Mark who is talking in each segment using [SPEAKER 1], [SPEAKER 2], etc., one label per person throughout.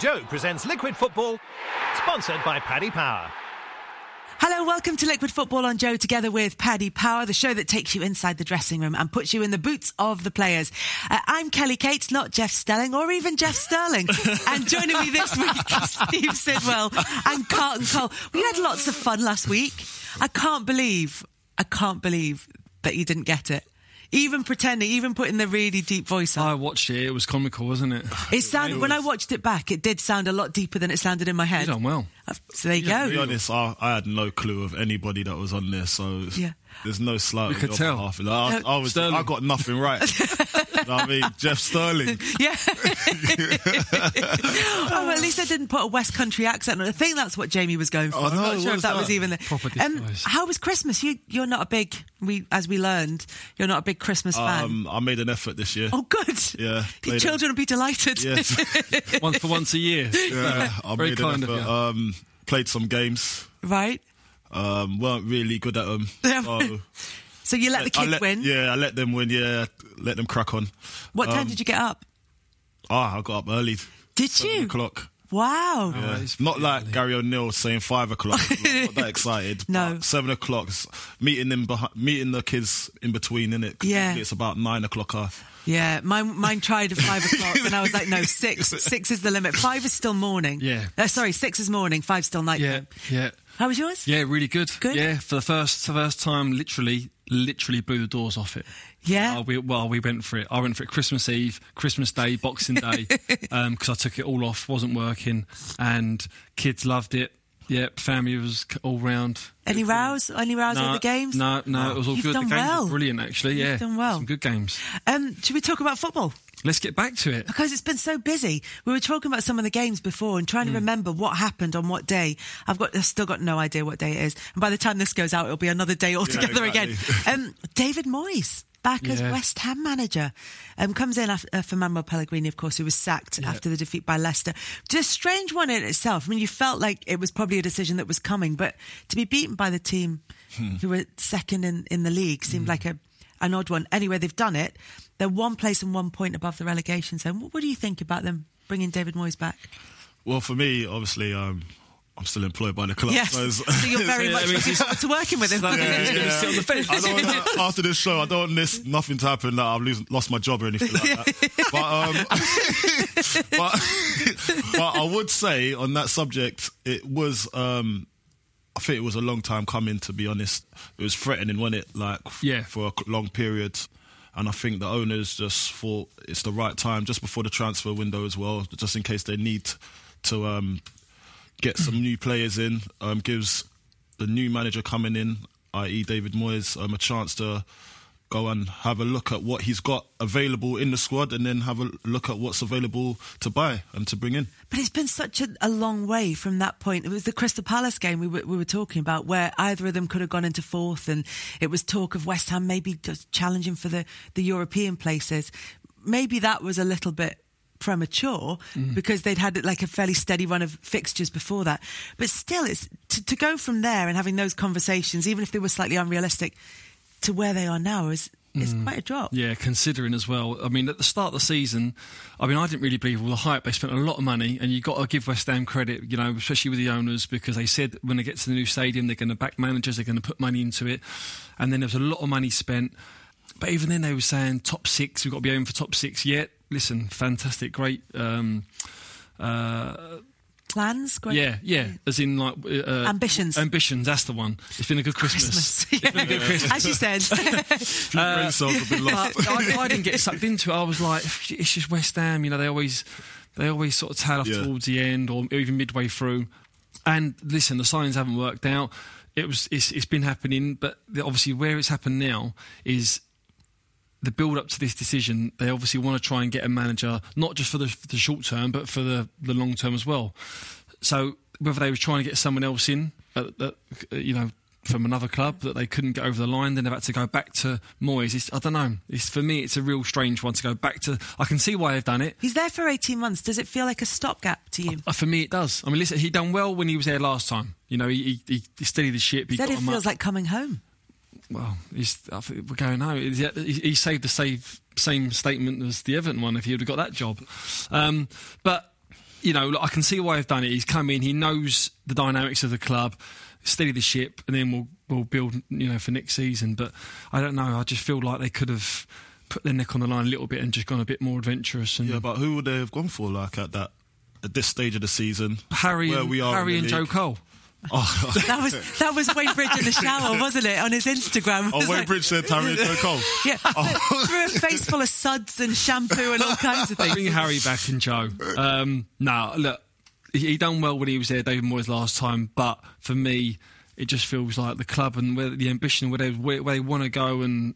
[SPEAKER 1] Joe presents Liquid Football, sponsored by Paddy Power.
[SPEAKER 2] Hello, welcome to Liquid Football on Joe, together with Paddy Power, the show that takes you inside the dressing room and puts you in the boots of the players. Uh, I'm Kelly Cates, not Jeff Stelling or even Jeff Sterling. and joining me this week is Steve Sidwell and Carton Cole. We had lots of fun last week. I can't believe, I can't believe that you didn't get it. Even pretending, even putting the really deep voice on.
[SPEAKER 3] I watched it. It was comical, wasn't it?
[SPEAKER 2] It sounded when I watched it back. It did sound a lot deeper than it sounded in my head.
[SPEAKER 3] done well.
[SPEAKER 2] Uh, So there you
[SPEAKER 4] Yeah, to be
[SPEAKER 2] go.
[SPEAKER 4] honest, I, I had no clue of anybody that was on there, so
[SPEAKER 2] Yeah.
[SPEAKER 4] there's no slight
[SPEAKER 3] We
[SPEAKER 4] on
[SPEAKER 3] could
[SPEAKER 4] your
[SPEAKER 3] tell.
[SPEAKER 4] behalf. Like,
[SPEAKER 2] No,
[SPEAKER 4] I, I was,
[SPEAKER 3] Sterling.
[SPEAKER 4] I got nothing right. You know what I mean, Jeff Sterling.
[SPEAKER 2] Yeah. oh, at least I didn't put a West Country accent on. it. I think that's what Jamie was going for.
[SPEAKER 4] Oh,
[SPEAKER 2] I'm
[SPEAKER 4] no,
[SPEAKER 2] not sure
[SPEAKER 4] what
[SPEAKER 2] if
[SPEAKER 4] was
[SPEAKER 2] that,
[SPEAKER 4] that?
[SPEAKER 2] was even the Um,
[SPEAKER 3] Proper disguise.
[SPEAKER 2] How was Christmas? You you're not a big we as we learned, you're not a big Christmas fan.
[SPEAKER 4] Um, I made an effort this year.
[SPEAKER 2] Oh good.
[SPEAKER 4] yeah,
[SPEAKER 2] Your
[SPEAKER 4] played it.
[SPEAKER 2] children would be delighted.
[SPEAKER 4] Yeah,
[SPEAKER 3] One for once a year.
[SPEAKER 4] yeah, I
[SPEAKER 3] Very
[SPEAKER 4] made
[SPEAKER 3] kind
[SPEAKER 4] an
[SPEAKER 3] of
[SPEAKER 4] effort.
[SPEAKER 3] you.
[SPEAKER 4] Um, played some games.
[SPEAKER 2] Right?
[SPEAKER 4] Um, weren't really good at them.
[SPEAKER 2] Yeah. So you let the
[SPEAKER 4] I
[SPEAKER 2] kids
[SPEAKER 4] let,
[SPEAKER 2] win.
[SPEAKER 4] Yeah, I let them win. Yeah, let them crack on.
[SPEAKER 2] What time
[SPEAKER 4] Um,
[SPEAKER 2] did you get up?
[SPEAKER 4] Ah, I got up early.
[SPEAKER 2] Did
[SPEAKER 4] Seven
[SPEAKER 2] you?
[SPEAKER 4] O'clock.
[SPEAKER 2] Wow.
[SPEAKER 4] Yeah.
[SPEAKER 3] it's
[SPEAKER 4] Uh, Not like Gary O'Neill saying five o'clock. I'm not that excited.
[SPEAKER 2] No.
[SPEAKER 4] But seven o'clock. s- Meeting them, behi- meeting the kids in between, innit? 'Cause
[SPEAKER 2] Yeah.
[SPEAKER 4] usually It's about nine o'clock. uh,
[SPEAKER 2] Yeah, mine mine tried at five o'clock, and I was like, no, six six is the limit. Five is still morning.
[SPEAKER 3] Yeah.
[SPEAKER 2] Uh, sorry, six is morning. Five still
[SPEAKER 3] Yeah,
[SPEAKER 2] nighttime.
[SPEAKER 3] yeah,
[SPEAKER 2] How was yours?
[SPEAKER 3] yeah. Really good.
[SPEAKER 2] Good.
[SPEAKER 3] Yeah, for the first first time, literally, literally blew the doors off it.
[SPEAKER 2] Yeah.
[SPEAKER 4] Oh,
[SPEAKER 3] Uh, we, well, we went for it. I went for it Christmas Eve, Christmas Day, Boxing Day, because I took it all off, wasn't working, and kids loved it. Yeah, family was c- all round.
[SPEAKER 2] Any rows? Any rows at the games?
[SPEAKER 3] No, no, it was all
[SPEAKER 2] You've
[SPEAKER 3] good.
[SPEAKER 2] done
[SPEAKER 3] the games
[SPEAKER 2] well.
[SPEAKER 3] were brilliant, actually.
[SPEAKER 2] You've
[SPEAKER 3] yeah,
[SPEAKER 2] done well.
[SPEAKER 3] Some good games.
[SPEAKER 2] Um, should we talk about football?
[SPEAKER 3] Let's get back to it.
[SPEAKER 2] Because it's been so busy. We were talking about some of the games before and trying to
[SPEAKER 3] Hmm.
[SPEAKER 2] remember what happened on what day. I've got I've still got no idea what day it is. And by the time this goes out, it'll be another day altogether
[SPEAKER 4] exactly.
[SPEAKER 2] again. Um, David Moyes. Back as
[SPEAKER 3] Yeah.
[SPEAKER 2] West Ham manager, um, comes in af- uh, for Manuel Pellegrini, of course, who was sacked after the defeat by Leicester. Just a strange one in itself. I mean, you felt like it was probably a decision that was coming, but to be beaten by the team who were second in, in the league seemed like a an odd one. Anyway, they've done it. They're one place and one point above the relegation zone. What, what do you think about them bringing David Moyes back?
[SPEAKER 4] Well, for me, obviously, um, I'm still employed by the club.
[SPEAKER 2] Yes,
[SPEAKER 4] so
[SPEAKER 2] so
[SPEAKER 4] it's-
[SPEAKER 2] you're very
[SPEAKER 3] Yeah,
[SPEAKER 2] much
[SPEAKER 3] I mean,
[SPEAKER 2] looking forward to working with him.
[SPEAKER 3] He's going to sit on the fence.
[SPEAKER 4] I don't wanna, after this show, I don't want this nothing to happen that I've lose, lost my job or anything like that. But, um, but, but I would say on that subject, it was. Um, I think it was a long time coming. To be honest, it was threatening, wasn't it? Like f-
[SPEAKER 3] Yeah.
[SPEAKER 4] for a c- long period. And I think the owners just thought it's the right time, just before the transfer window as well, just in case they need to um, get some new players in, um, gives the new manager coming in, i.e., David Moyes, um, a chance to go and have a look at what he's got available in the squad and then have a look at what's available to buy and to bring in.
[SPEAKER 2] But it's been such a, a long way from that point. It was the Crystal Palace game we were, we were talking about, where either of them could have gone into fourth, and it was talk of West Ham maybe just challenging for the, the European places. Maybe that was a little bit premature
[SPEAKER 3] Mm.
[SPEAKER 2] because they'd had like a fairly steady run of fixtures before that. But still, it's to, to go from there and having those conversations, even if they were slightly unrealistic, to where they are now is is quite a drop.
[SPEAKER 3] Mm. Yeah, considering as well. I mean, at the start of the season, I mean, I didn't really believe all the hype. They spent a lot of money, and you've got to give West Ham credit, you know, especially with the owners, because they said when they get to the new stadium, they're going to back managers, they're going to put money into it. And then there was a lot of money spent. But even then, they were saying top six, we've got to be aiming for top six yet. Listen, fantastic, great. Um, uh,
[SPEAKER 2] Plans, great.
[SPEAKER 3] yeah, yeah, as in like uh,
[SPEAKER 2] Ambitions.
[SPEAKER 3] Ambitions, that's the one. It's been a good Christmas.
[SPEAKER 2] Christmas. As you said.
[SPEAKER 4] Few brain
[SPEAKER 3] Uh,
[SPEAKER 4] cells have been lost.
[SPEAKER 3] But I, I didn't get sucked into it. I was like, it's just West Ham. You know, they always they always sort of tail off
[SPEAKER 4] Yeah.
[SPEAKER 3] towards the end or even midway through. And listen, the signs haven't worked out. It was it's, it's been happening, but the- obviously where it's happened now is the build up to this decision, they obviously want to try and get a manager, not just for the, for the short term, but for the, the long term as well. So whether they were trying to get someone else in, uh, that, uh, you know, from another club that they couldn't get over the line, then they've had to go back to Moyes. It's, I don't know. It's for me, it's a real strange one to go back to. I can see why they've done it.
[SPEAKER 2] He's there for 18 months. Does it feel like a stopgap to
[SPEAKER 4] Oh,
[SPEAKER 2] you?
[SPEAKER 3] Uh, For me, it does. I mean, listen, he done well when he was there last time. You know, he, he, he steadied the ship. He
[SPEAKER 2] Said
[SPEAKER 3] got
[SPEAKER 2] it
[SPEAKER 3] him
[SPEAKER 2] feels
[SPEAKER 3] up.
[SPEAKER 2] like coming home.
[SPEAKER 3] Well, he's, I think we're going now. He, he saved the save, same statement as the Everton one if he would have got that job. Um, but you know, look, I can see why they've done it. He's come in, he knows the dynamics of the club, steady the ship, and then we'll we'll build, you know, for next season. But I don't know. I just feel like they could have put their neck on the line a little bit and just gone a bit more adventurous. And
[SPEAKER 4] Yeah, but who would they have gone for like at that at this stage of the season?
[SPEAKER 3] Harry,
[SPEAKER 4] where
[SPEAKER 3] and,
[SPEAKER 4] we are in
[SPEAKER 3] Harry
[SPEAKER 4] the
[SPEAKER 3] and Joe
[SPEAKER 4] league?
[SPEAKER 3] Cole.
[SPEAKER 4] Oh,
[SPEAKER 2] That was that was Wayne Bridge in the shower, wasn't it? On his Instagram. It
[SPEAKER 4] oh
[SPEAKER 2] was
[SPEAKER 4] Wayne
[SPEAKER 2] like-
[SPEAKER 4] Bridge Oh. said Harry and Joe Cole.
[SPEAKER 2] Yeah, threw a face full of suds and shampoo and all kinds of things.
[SPEAKER 3] Bring Harry back and Joe. Um, no, look, he, he done well when he was there, David Moyes last time. But for me, it just feels like the club and where the ambition, where they where they want to go, and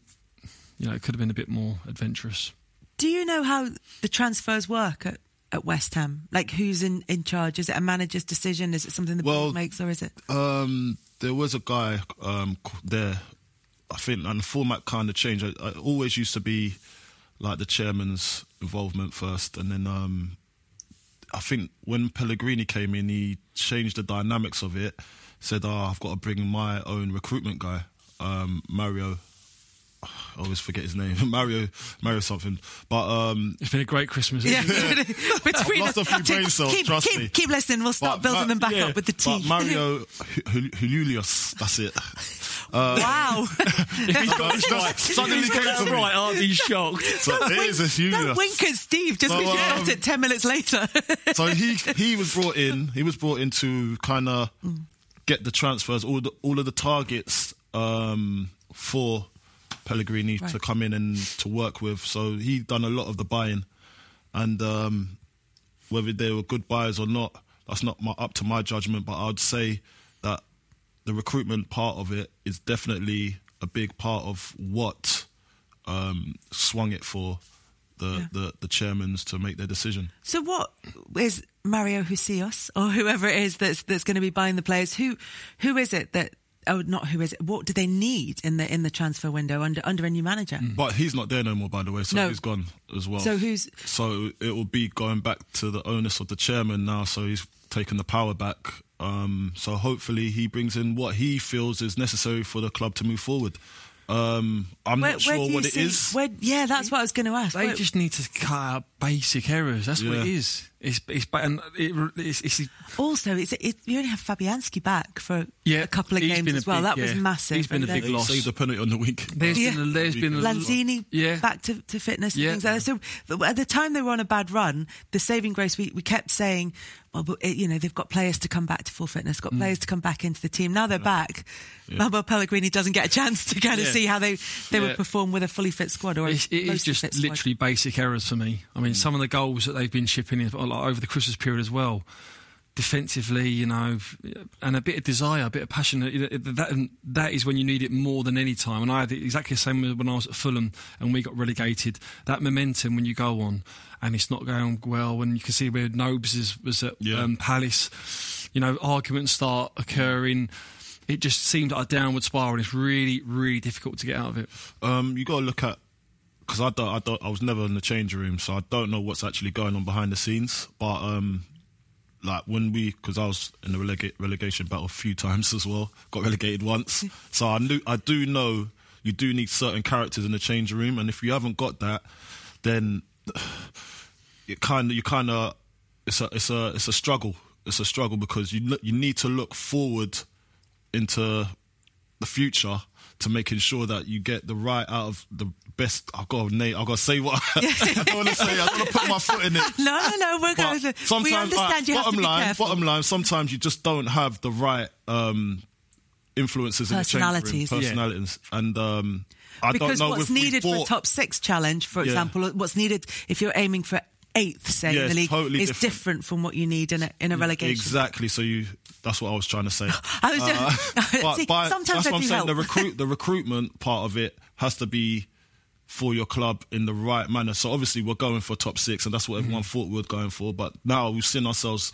[SPEAKER 3] you know, it could have been a bit more adventurous.
[SPEAKER 2] Do you know how the transfers work at, at West Ham? Like, who's in, in charge? Is it a manager's decision? Is it something the
[SPEAKER 4] Well-
[SPEAKER 2] board makes, or is it?
[SPEAKER 4] Um, there was a guy um, c- there, I think, and the format kind of changed. I, I always used to be like the chairman's involvement first, and then um, I think when Pellegrini came in, he changed the dynamics of it. Said, "Oh, I've got to bring my own recruitment guy, um, Mario." I always forget his name, Mario, Mario something. But um,
[SPEAKER 3] It's been a great Christmas.
[SPEAKER 2] Yeah,
[SPEAKER 3] isn't it?
[SPEAKER 2] between
[SPEAKER 4] I've lost a few
[SPEAKER 2] Take-
[SPEAKER 4] brain cells,
[SPEAKER 2] keep,
[SPEAKER 4] trust
[SPEAKER 2] keep,
[SPEAKER 4] me.
[SPEAKER 2] keep listening. We'll start
[SPEAKER 4] but
[SPEAKER 2] building
[SPEAKER 4] Ma-
[SPEAKER 2] them back
[SPEAKER 4] yeah,
[SPEAKER 2] up with the
[SPEAKER 4] but
[SPEAKER 2] tea.
[SPEAKER 4] Mario Hu- Hu- Hulius, that's it. uh,
[SPEAKER 2] wow.
[SPEAKER 4] Suddenly came to me.
[SPEAKER 3] right, aren't you shocked?
[SPEAKER 4] So it is a few.
[SPEAKER 2] Don't wink at Steve just
[SPEAKER 4] So,
[SPEAKER 2] because you
[SPEAKER 4] um,
[SPEAKER 2] got it ten minutes later.
[SPEAKER 4] So he he was brought in. He was brought in to kind of get the transfers, all the all of the targets um, for Pellegrini to
[SPEAKER 2] Right.
[SPEAKER 4] come in and to work with. So he done a lot of the buying, and um, whether they were good buyers or not, that's not my, up to my judgment. But I'd say that the recruitment part of it is definitely a big part of what um, swung it for the, the the chairmans to make their decision.
[SPEAKER 2] So what is Mario Husios or whoever it is that's that's going to be buying the players? Who who is it that? Oh, not who is it? What do they need in the in the transfer window under under a new manager?
[SPEAKER 4] But he's not there no more, by the way. So
[SPEAKER 2] No.
[SPEAKER 4] he's gone as well.
[SPEAKER 2] So who's-
[SPEAKER 4] So it will be going back to the onus of the chairman now. So he's taken the power back. Um, so hopefully he brings in what he feels is necessary for the club to move forward. Um, I'm not sure
[SPEAKER 2] do you
[SPEAKER 4] what it
[SPEAKER 2] see-
[SPEAKER 4] is.
[SPEAKER 2] Where, yeah, that's what I was going to ask.
[SPEAKER 3] They
[SPEAKER 2] Where-
[SPEAKER 3] just need to cut out basic errors. That's what
[SPEAKER 4] Yeah.
[SPEAKER 3] it is. It's it's ba- and it, it's, it's
[SPEAKER 2] also, it's it, you only have Fabianski back for
[SPEAKER 3] Yeah,
[SPEAKER 2] a couple of
[SPEAKER 3] he's
[SPEAKER 2] games
[SPEAKER 3] been a
[SPEAKER 2] as well.
[SPEAKER 3] big-
[SPEAKER 2] that
[SPEAKER 3] yeah,
[SPEAKER 2] was massive.
[SPEAKER 3] he's been
[SPEAKER 2] And
[SPEAKER 3] a
[SPEAKER 2] then
[SPEAKER 3] big loss.
[SPEAKER 4] Saved a penalty on the week.
[SPEAKER 3] there's
[SPEAKER 2] Yeah.
[SPEAKER 3] been a, there's
[SPEAKER 4] Mm.
[SPEAKER 3] been a
[SPEAKER 2] Lanzini
[SPEAKER 3] yeah.
[SPEAKER 2] back to, to fitness
[SPEAKER 3] Yeah.
[SPEAKER 2] and things like that. So th- at the time they were on a bad run, the saving grace we, we kept saying, well, but it, you know they've got players to come back to full fitness,
[SPEAKER 4] Mm.
[SPEAKER 2] got players to come back into the team. Now they're back. Manuel Pellegrini doesn't get a chance to kind of
[SPEAKER 3] Yeah.
[SPEAKER 2] see how they they
[SPEAKER 3] Yeah.
[SPEAKER 2] would perform with a fully fit squad or a
[SPEAKER 3] It's, it is
[SPEAKER 2] mostly
[SPEAKER 3] just
[SPEAKER 2] fit squad.
[SPEAKER 3] literally basic errors for me. I mean, some of the goals that they've been shipping in like, over the Christmas period as well, defensively, you know, and a bit of desire, a bit of passion. you know, That that is when you need it more than any time. And I had exactly the same when I was at Fulham and we got relegated. That momentum when you go on and it's not going well, and you can see where Nobes is, was at
[SPEAKER 4] Yeah.
[SPEAKER 3] um, Palace, you know, arguments start occurring. It just seemed like a downward spiral, and it's really, really difficult to get out of it.
[SPEAKER 4] Um, you got to look at because I don't, I don't, I was never in the change room, so I don't know what's actually going on behind the scenes. But um, like when we, because I was in the relega- relegation battle a few times as well, got relegated once, so I knew, I do know you do need certain characters in the change room, and if you haven't got that, then it kind of you kind of it's a it's a it's a struggle. It's a struggle because you look, you need to look forward into the future to making sure that you get the right out of the best. I've got to name. I've got to say what I, I don't want to say. I don't want to put my foot in it.
[SPEAKER 2] No, no, no. We're
[SPEAKER 4] But
[SPEAKER 2] going to.
[SPEAKER 4] sometimes,
[SPEAKER 2] We understand
[SPEAKER 4] like,
[SPEAKER 2] you have
[SPEAKER 4] bottom
[SPEAKER 2] to be
[SPEAKER 4] line,
[SPEAKER 2] careful.
[SPEAKER 4] bottom line. Sometimes you just don't have the right um, influences in the change room,
[SPEAKER 2] Personalities. Yeah.
[SPEAKER 4] personalities, and um, I
[SPEAKER 2] because
[SPEAKER 4] don't know
[SPEAKER 2] what's
[SPEAKER 4] if we
[SPEAKER 2] needed for a
[SPEAKER 4] bought-
[SPEAKER 2] top six challenge, for
[SPEAKER 4] Yeah.
[SPEAKER 2] example, what's needed if you're aiming for eighth, say
[SPEAKER 4] Yeah,
[SPEAKER 2] in the
[SPEAKER 4] it's
[SPEAKER 2] league,
[SPEAKER 4] totally
[SPEAKER 2] is
[SPEAKER 4] different. Mm,
[SPEAKER 2] different from what you need in a, in a relegation.
[SPEAKER 4] Exactly. So you. That's what I was trying to say. Uh,
[SPEAKER 2] I was just-
[SPEAKER 4] but
[SPEAKER 2] See,
[SPEAKER 4] by-
[SPEAKER 2] sometimes
[SPEAKER 4] that's
[SPEAKER 2] I
[SPEAKER 4] what I'm
[SPEAKER 2] do
[SPEAKER 4] saying. The
[SPEAKER 2] help.
[SPEAKER 4] recruit, the recruitment part of it has to be for your club in the right manner. So obviously we're going for top six, and that's what everyone
[SPEAKER 2] Mm-hmm.
[SPEAKER 4] thought we were going for. But now we've seen ourselves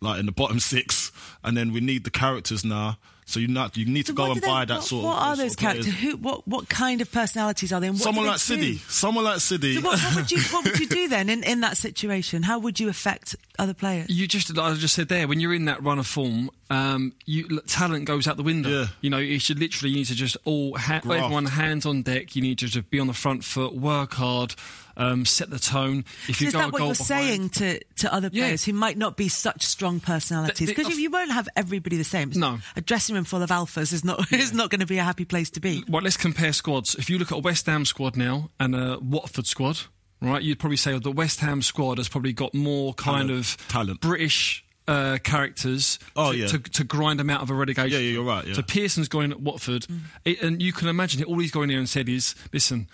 [SPEAKER 4] like in the bottom six, and then we need the characters now. So you not you need
[SPEAKER 2] So
[SPEAKER 4] to go
[SPEAKER 2] what
[SPEAKER 4] and
[SPEAKER 2] do they-
[SPEAKER 4] buy that
[SPEAKER 2] what,
[SPEAKER 4] sort of.
[SPEAKER 2] What are
[SPEAKER 4] sort
[SPEAKER 2] those
[SPEAKER 4] of players.
[SPEAKER 2] characters? Who? What? What kind of personalities are they? And what do
[SPEAKER 4] Someone
[SPEAKER 2] they
[SPEAKER 4] like E. City.
[SPEAKER 2] do?
[SPEAKER 4] Someone like City.
[SPEAKER 2] So what, what would you What would you do then in, in that situation? How would you affect other players?
[SPEAKER 3] You just, like I just said there, when you're in that run of form, um, you, l- talent goes out the window.
[SPEAKER 4] Yeah.
[SPEAKER 3] You know, you should literally you need to just all ha-
[SPEAKER 4] Graft.
[SPEAKER 3] everyone hands on deck. You need to just be on the front foot, work hard, um, set the tone. If
[SPEAKER 2] So
[SPEAKER 3] you
[SPEAKER 2] is
[SPEAKER 3] go
[SPEAKER 2] that
[SPEAKER 3] a
[SPEAKER 2] what
[SPEAKER 3] goal
[SPEAKER 2] you're
[SPEAKER 3] behind-
[SPEAKER 2] saying to, to other
[SPEAKER 3] Yeah.
[SPEAKER 2] players who might not be such strong personalities?
[SPEAKER 3] Th- th-
[SPEAKER 2] Because you, you won't have everybody the same. It's-
[SPEAKER 3] No.
[SPEAKER 2] a dressing room full of alphas is not is not going to be a happy place to be.
[SPEAKER 3] Right, let's compare squads. If you look at a West Ham squad now and a Watford squad, right, you'd probably say the West Ham squad has probably got more kind
[SPEAKER 4] Talent.
[SPEAKER 3] of
[SPEAKER 4] Talent.
[SPEAKER 3] British uh, characters
[SPEAKER 4] Oh,
[SPEAKER 3] to,
[SPEAKER 4] yeah.
[SPEAKER 3] to, to grind them out of a relegation.
[SPEAKER 4] Yeah, yeah, you're right, yeah.
[SPEAKER 3] So Pearson's going at Watford,
[SPEAKER 2] Mm.
[SPEAKER 3] it- and you can imagine it, all he's going there and said is, listen,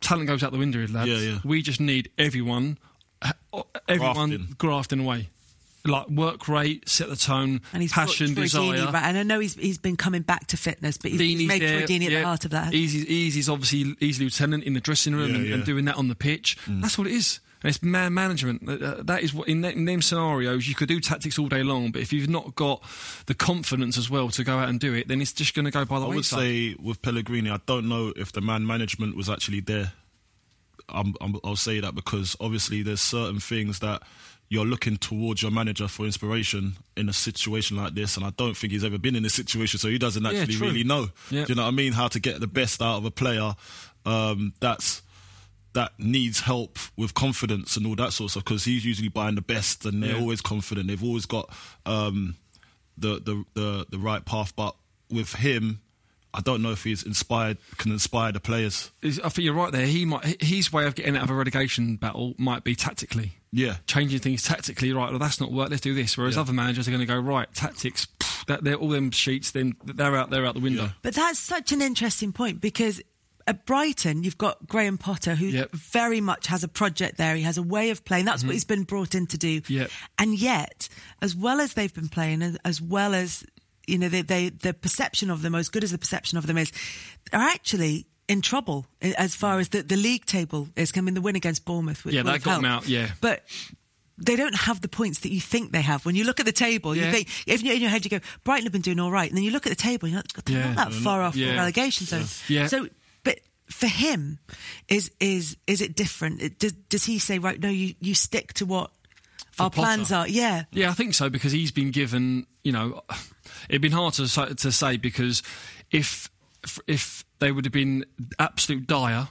[SPEAKER 3] talent goes out the window, here, lads.
[SPEAKER 4] Yeah, yeah.
[SPEAKER 3] We just need everyone, ha- everyone
[SPEAKER 4] Grafting.
[SPEAKER 3] grafting, away. Like work rate, set the tone,
[SPEAKER 2] And he's brought
[SPEAKER 3] passion,
[SPEAKER 2] Troy Deeney,
[SPEAKER 3] desire.
[SPEAKER 2] right? And I know he's he's been coming back to fitness, but he's, he's
[SPEAKER 3] Deeney's
[SPEAKER 2] made
[SPEAKER 3] there,
[SPEAKER 2] Troy Deeney at
[SPEAKER 3] yeah.
[SPEAKER 2] the heart of that.
[SPEAKER 3] Easy's, Easy's obviously easy lieutenant in the dressing room
[SPEAKER 4] Yeah,
[SPEAKER 3] and, and
[SPEAKER 4] yeah. Mm.
[SPEAKER 3] doing that on the pitch. That's all it is. And it's man management. Uh, uh, that is what in, th- in them scenarios you could do tactics all day long, but if you've not got the confidence as well to go out and do it, then it's just going to go by the
[SPEAKER 4] I would
[SPEAKER 3] wayside.
[SPEAKER 4] say with Pellegrini, I don't know if the man management was actually there. I'm, I'm, I'll say that because obviously there's certain things that you're looking towards your manager for inspiration in a situation like this, and I don't think he's ever been in a situation, so he doesn't actually
[SPEAKER 3] true.
[SPEAKER 4] really know.
[SPEAKER 3] Yeah.
[SPEAKER 4] Do you know what I mean? How to get the best out of a player um, that's that needs help with confidence and all that sort of stuff because he's usually buying the best and they're
[SPEAKER 3] Yeah.
[SPEAKER 4] always confident. They've always got um, the, the the the right path. But with him, I don't know if he's inspired can inspire the players.
[SPEAKER 3] Is- I think you're right there. He might his way of getting out of a relegation battle might be tactically.
[SPEAKER 4] Yeah.
[SPEAKER 3] changing things tactically. Right, well, that's not work. Let's do this. Whereas
[SPEAKER 4] Yeah.
[SPEAKER 3] other managers are going to go right tactics. pff, That they're all them sheets. Then they're out. They're out the window.
[SPEAKER 4] Yeah.
[SPEAKER 2] But that's such an interesting point because at Brighton, you've got Graham Potter, who
[SPEAKER 3] Yep. Mm-hmm.
[SPEAKER 2] very much has a project there. He has a way of playing. That's what he's been brought in to do.
[SPEAKER 3] Yep.
[SPEAKER 2] And yet, as well as they've been playing, as- as well as you know, they, they the perception of them, as good as the perception of them is, are actually in trouble i- as far as the, the league table is coming. The win against Bournemouth, which
[SPEAKER 3] Yeah,
[SPEAKER 2] will
[SPEAKER 3] that
[SPEAKER 2] have
[SPEAKER 3] got 'em
[SPEAKER 2] helped.
[SPEAKER 3] out, yeah.
[SPEAKER 2] but. They don't have the points that you think they have. When you look at the table, you
[SPEAKER 3] Yeah.
[SPEAKER 2] think if you're in your head you go, Brighton have been doing all right, and then you look at the table, and you're like, they're
[SPEAKER 3] Yeah.
[SPEAKER 2] not that far off the
[SPEAKER 3] Yeah.
[SPEAKER 2] relegation zone.
[SPEAKER 3] Yeah.
[SPEAKER 2] So, but for him, is is is it different? It- Does does he say right? No, you you stick to what our plans
[SPEAKER 3] Potter.
[SPEAKER 2] are. Yeah.
[SPEAKER 3] Yeah, I think so because he's been given. You know, it'd been hard to say- to say because if if they would have been absolute dire,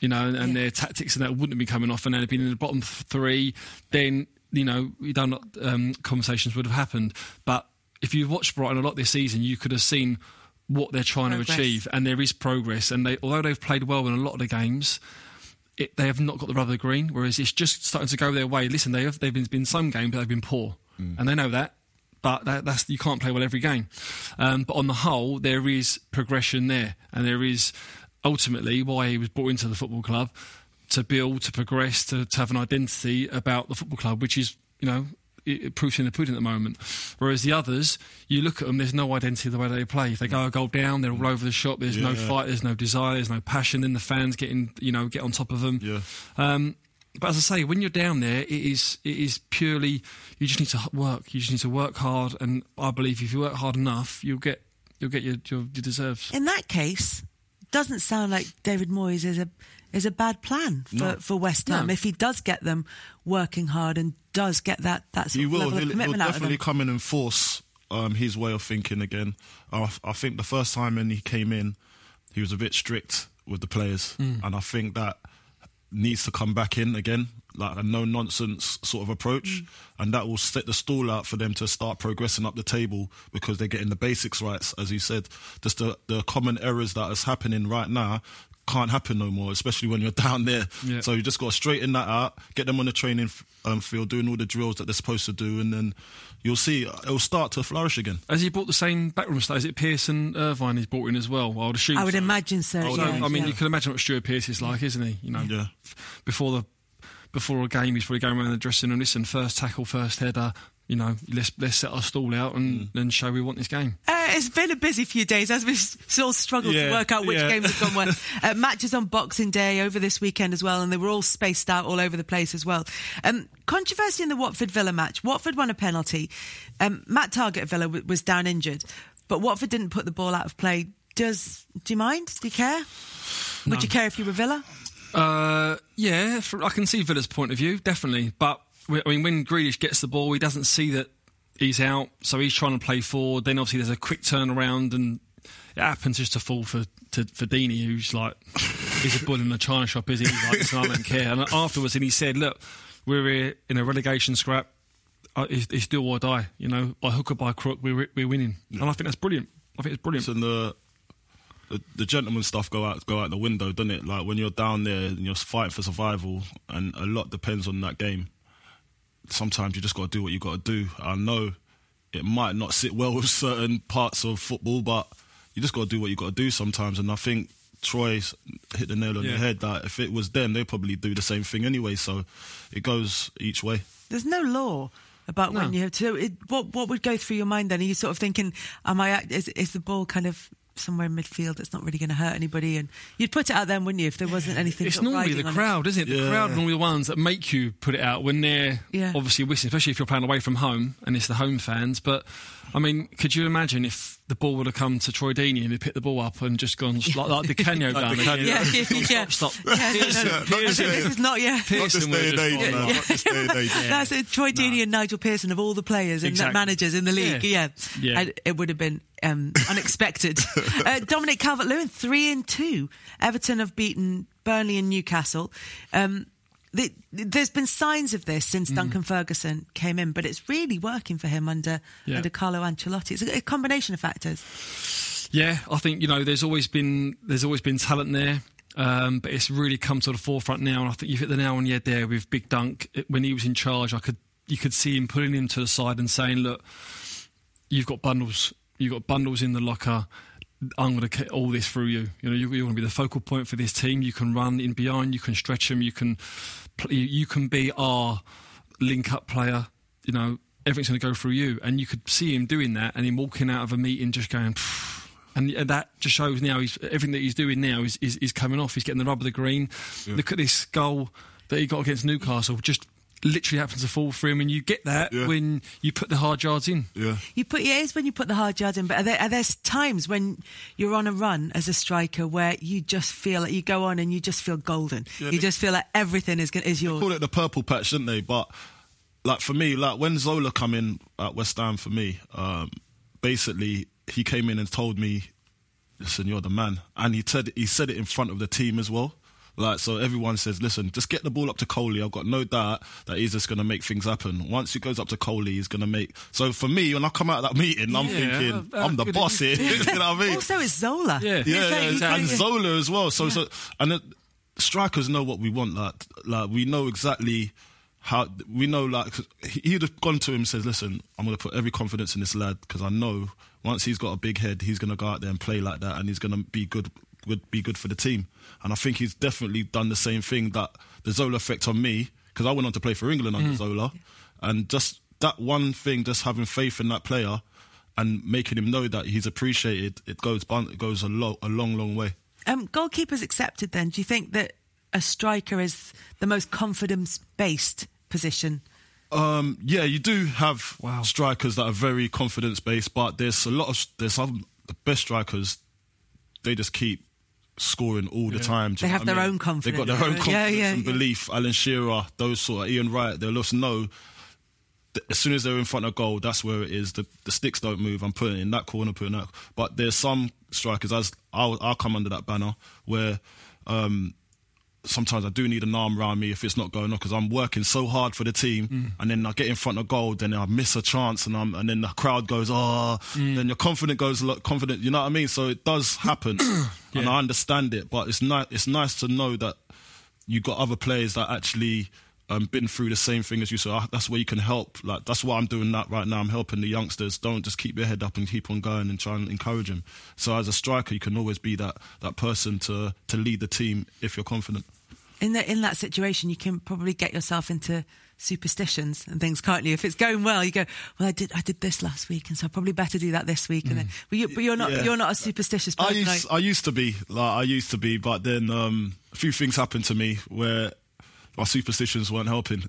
[SPEAKER 3] you know, and
[SPEAKER 2] Yeah.
[SPEAKER 3] their tactics and that wouldn't have been coming off, and they'd have been in the bottom three, then you know, you don't know, um, conversations would have happened. But if you watched Brighton a lot this season, you could have seen what they're trying to
[SPEAKER 2] Progress.
[SPEAKER 3] achieve, and there is progress. And they, although they've played well in a lot of the games, it, they have not got the rubber green, whereas it's just starting to go their way. Listen, they have, they've been, been some games, but they've been poor, and they know that. But that, that's you can't play well every game. Um, but on the whole, there is progression there, and there is ultimately why he was brought into the football club to build, to progress, to, to have an identity about the football club, which is you know it, it proves in the pudding at the moment. Whereas the others, you look at them, there's no identity the way they play. If they go a goal down, they're all over the shop. There's no
[SPEAKER 4] Yeah.
[SPEAKER 3] fight. There's no desire. There's no passion. Then the fans getting you know get on top of them.
[SPEAKER 4] Yeah.
[SPEAKER 3] Um, but as I say, when you're down there, it is it is purely you just need to h- work. You just need to work hard, and I believe if you work hard enough, you'll get you'll get your your, your deserves.
[SPEAKER 2] In that case, doesn't sound like David Moyes is a is a bad plan for, for West Ham
[SPEAKER 3] No.
[SPEAKER 2] if he does get them working hard and does get that that sort
[SPEAKER 4] He
[SPEAKER 2] of
[SPEAKER 4] will.
[SPEAKER 2] level
[SPEAKER 4] He'll,
[SPEAKER 2] of
[SPEAKER 4] he'll
[SPEAKER 2] commitment out of
[SPEAKER 4] definitely
[SPEAKER 2] them.
[SPEAKER 4] come in and force um, his way of thinking again. I, I think the first time when he came in, he was a bit strict with the players,
[SPEAKER 2] Hmm.
[SPEAKER 4] and I think that needs to come back in again, like a no nonsense sort of approach,
[SPEAKER 2] Hmm.
[SPEAKER 4] and that will set the stall out for them to start progressing up the table because they're getting the basics right, as you said. Just the, the common errors that is happening right now can't happen no more, especially when you're down there.
[SPEAKER 3] Yeah.
[SPEAKER 4] So you just got to straighten that out, get them on the training f- um, field, doing all the drills that they're supposed to do, and then you'll see it'll start to flourish again.
[SPEAKER 3] Has he brought the same backroom staff? Is it Pearson Irvine he's brought in as well? I would assume.
[SPEAKER 2] I would
[SPEAKER 3] so.
[SPEAKER 2] imagine so.
[SPEAKER 4] Oh,
[SPEAKER 3] So,
[SPEAKER 4] no,
[SPEAKER 2] yeah,
[SPEAKER 3] I mean,
[SPEAKER 2] yeah.
[SPEAKER 3] you can imagine what Stuart Pearce is like, isn't he? You know,
[SPEAKER 4] Yeah.
[SPEAKER 3] before the before a game, he's probably going around the dressing room. Listen, first tackle, first header. You know, let's let's set our stall out and, and show we want this game.
[SPEAKER 2] Uh, it's been a busy few days as we've still struggled to
[SPEAKER 4] Yeah,
[SPEAKER 2] work out which
[SPEAKER 4] yeah.
[SPEAKER 2] games have gone well. uh, matches on Boxing Day over this weekend as well, and they were all spaced out all over the place as well. Um, controversy in the Watford Villa match. Watford won a penalty. Um, Matt Target at Villa w- was down injured, but Watford didn't put the ball out of play. Does do you mind? Do you care? Would you care if you were Villa?
[SPEAKER 3] Uh, yeah, for, I can see Villa's point of view, definitely. But we- I mean, when Grealish gets the ball, he doesn't see that he's out, so he's trying to play forward. Then obviously there's a quick turnaround, and it happens just to fall for to, for Deeney, who's like, he's a bull in a china shop, is he? He's like, "Listen, I don't care. And afterwards, and he said, look, we're here in a relegation scrap. Uh, It's, it's do or die. You know, by hook or by crook, we're, we're winning. And I think that's brilliant. I think it's brilliant.
[SPEAKER 4] and the, the the gentleman stuff go out go out the window, doesn't it? Like when you're down there and you're fighting for survival, and a lot depends on that game. Sometimes you just got to do what you got to do. I know it might not sit well with certain parts of football, but you just got to do what you got to do sometimes. And I think Troy s- hit the nail on
[SPEAKER 3] Yeah.
[SPEAKER 4] the head that if it was them, they'd probably do the same thing anyway. So it goes each way.
[SPEAKER 2] There's no law about when
[SPEAKER 3] No.
[SPEAKER 2] you have to. It, what what would go through your mind then? Are you sort of thinking, am I? act- Is is the ball kind of somewhere in midfield that's not really going to hurt anybody? And you'd put it out then, wouldn't you, if there wasn't anything?
[SPEAKER 3] It's
[SPEAKER 2] sort of
[SPEAKER 3] normally
[SPEAKER 2] riding
[SPEAKER 3] the
[SPEAKER 2] on it?
[SPEAKER 3] crowd, is isn't it? The
[SPEAKER 4] Yeah.
[SPEAKER 3] crowd are normally the ones that make you put it out when they're
[SPEAKER 2] Yeah.
[SPEAKER 3] obviously whistling, especially if you're playing away from home and it's the home fans. But I mean, could you imagine if the ball would have come to Troy Deeney and he picked the ball up and just gone like, like the Canyo down
[SPEAKER 4] the
[SPEAKER 3] again?
[SPEAKER 4] Canio.
[SPEAKER 2] Yeah, yeah, yeah.
[SPEAKER 3] Stop, stop.
[SPEAKER 2] Yeah, no, no, no.
[SPEAKER 3] Pearson-
[SPEAKER 2] This is not yeah.
[SPEAKER 3] Pearson
[SPEAKER 5] Not this
[SPEAKER 3] would
[SPEAKER 5] day
[SPEAKER 3] have
[SPEAKER 5] and
[SPEAKER 3] just
[SPEAKER 5] age,
[SPEAKER 3] gone,
[SPEAKER 5] man. Not this day and age.
[SPEAKER 2] That's it. Troy Deeney and Nigel Pearson of all the players and
[SPEAKER 3] Exactly.
[SPEAKER 2] the managers in the league.
[SPEAKER 3] Yeah.
[SPEAKER 2] Yeah,
[SPEAKER 3] Yeah.
[SPEAKER 2] And it would have been um, unexpected. uh, Dominic Calvert-Lewin three and two. Everton have beaten Burnley and Newcastle. Um, the, there's been signs of this
[SPEAKER 3] Mm.
[SPEAKER 2] since Duncan Ferguson came in, but it's really working for him under
[SPEAKER 3] Yeah.
[SPEAKER 2] under Carlo Ancelotti. It's a, a combination of factors.
[SPEAKER 3] Yeah, I think you know there's always been there's always been talent there, um, but it's really come to the forefront now. And I think you've hit the nail on the head there with Big Dunk. It- When he was in charge, I could you could see him putting him to the side and saying, "Look, you've got bundles, you've got bundles in the locker." I'm going to get all this through you. You know, you're, you're going to be the focal point for this team. You can run in behind. You can stretch them. You can, pl- you, you can be our link-up player. You know, everything's going to go through you. And you could see him doing that, and him walking out of a meeting just going, "Phew." and and that just shows now he's everything that he's doing now is is, is coming off. He's getting the rub of the green. Look at this goal that he got against Newcastle. Just literally happens to fall for him, and you get that
[SPEAKER 5] Yeah.
[SPEAKER 3] when you put the hard yards in.
[SPEAKER 5] Yeah.
[SPEAKER 2] You put yeah, it is when you put the hard yards in, but are there, are there times when you're on a run as a striker where you just feel like you go on and you just feel golden? you
[SPEAKER 4] they-
[SPEAKER 2] just feel like everything is gonna, is yours.
[SPEAKER 4] call it the purple patch, didn't they? But like for me, like when Zola come in at West Ham for me, um, basically he came in and told me, "Listen, you're the man," and he said he said it in front of the team as well. Like so, everyone says, "Listen, just get the ball up to Coley." I've got no doubt that he's just going to make things happen. Once he goes up to Coley, he's going to make. So for me, when I come out of that meeting, I'm
[SPEAKER 3] Yeah,
[SPEAKER 4] thinking,
[SPEAKER 3] uh,
[SPEAKER 4] "I'm the
[SPEAKER 3] good-
[SPEAKER 4] boss here." you know what I mean?
[SPEAKER 2] Also, it's Zola.
[SPEAKER 3] Yeah.
[SPEAKER 4] yeah,
[SPEAKER 2] It's like
[SPEAKER 4] yeah,
[SPEAKER 2] you
[SPEAKER 4] and
[SPEAKER 2] go-
[SPEAKER 4] Zola as well. So, so and the strikers know what we want. Like, like we know exactly how we know. Like, 'cause he'd have gone to him and says, "Listen, I'm going to put every confidence in this lad because I know once he's got a big head, he's going to go out there and play like that, and he's going to be good, good, be good for the team." And I think he's definitely done the same thing that the Zola effect on me because I went on to play for England under Zola, and just that one thing, just having faith in that player and making him know that he's appreciated, it goes bun- it goes a lo- a long, long way.
[SPEAKER 2] Um, goalkeepers accepted. Then, do you think that a striker is the most confidence-based position?
[SPEAKER 4] Um, yeah, you do have
[SPEAKER 3] Wow.
[SPEAKER 4] strikers that are very confidence based, but there's a lot of there's some the best strikers. They just keep scoring all the time.
[SPEAKER 2] They
[SPEAKER 4] do you know
[SPEAKER 2] have
[SPEAKER 4] what I
[SPEAKER 2] their
[SPEAKER 4] mean?
[SPEAKER 2] own confidence,
[SPEAKER 4] They've got their own
[SPEAKER 2] don't
[SPEAKER 4] confidence
[SPEAKER 2] they? Yeah, yeah,
[SPEAKER 4] and
[SPEAKER 2] yeah.
[SPEAKER 4] belief. Alan Shearer, those sort of Ian Wright, they'll just know. that As soon as they're in front of goal, that's where it is. The, the sticks don't move. I'm putting it in that corner, putting that. But there's some strikers. As I'll, I'll come under that banner where um, sometimes I do need an arm around me if it's not going on because I'm working so hard for the team, and then I get in front of goal, then I miss a chance, and I'm, and then the crowd goes, oh, then your confidence goes lo- confident. You know what I mean? So it does happen, and I understand it, but it's nice. It's nice to know that you got other players that actually. Um, been through the same thing as you, so I, that's where you can help. Like that's why I'm doing that right now. I'm helping the youngsters. Don't just keep your head up and keep on going and try and encourage them. So as a striker, you can always be that that person to to lead the team if you're confident.
[SPEAKER 2] In that in that situation, you can probably get yourself into superstitions and things, can't you? If it's going well, you go, "Well, I did I did this last week, and so I probably better do that this week." And then, but, you, but you're not
[SPEAKER 4] Mm. Yeah.
[SPEAKER 2] you're not a superstitious
[SPEAKER 4] I
[SPEAKER 2] person. are
[SPEAKER 4] used
[SPEAKER 2] you?
[SPEAKER 4] I used to be like I used to be, but then um, a few things happened to me where my superstitions weren't helping.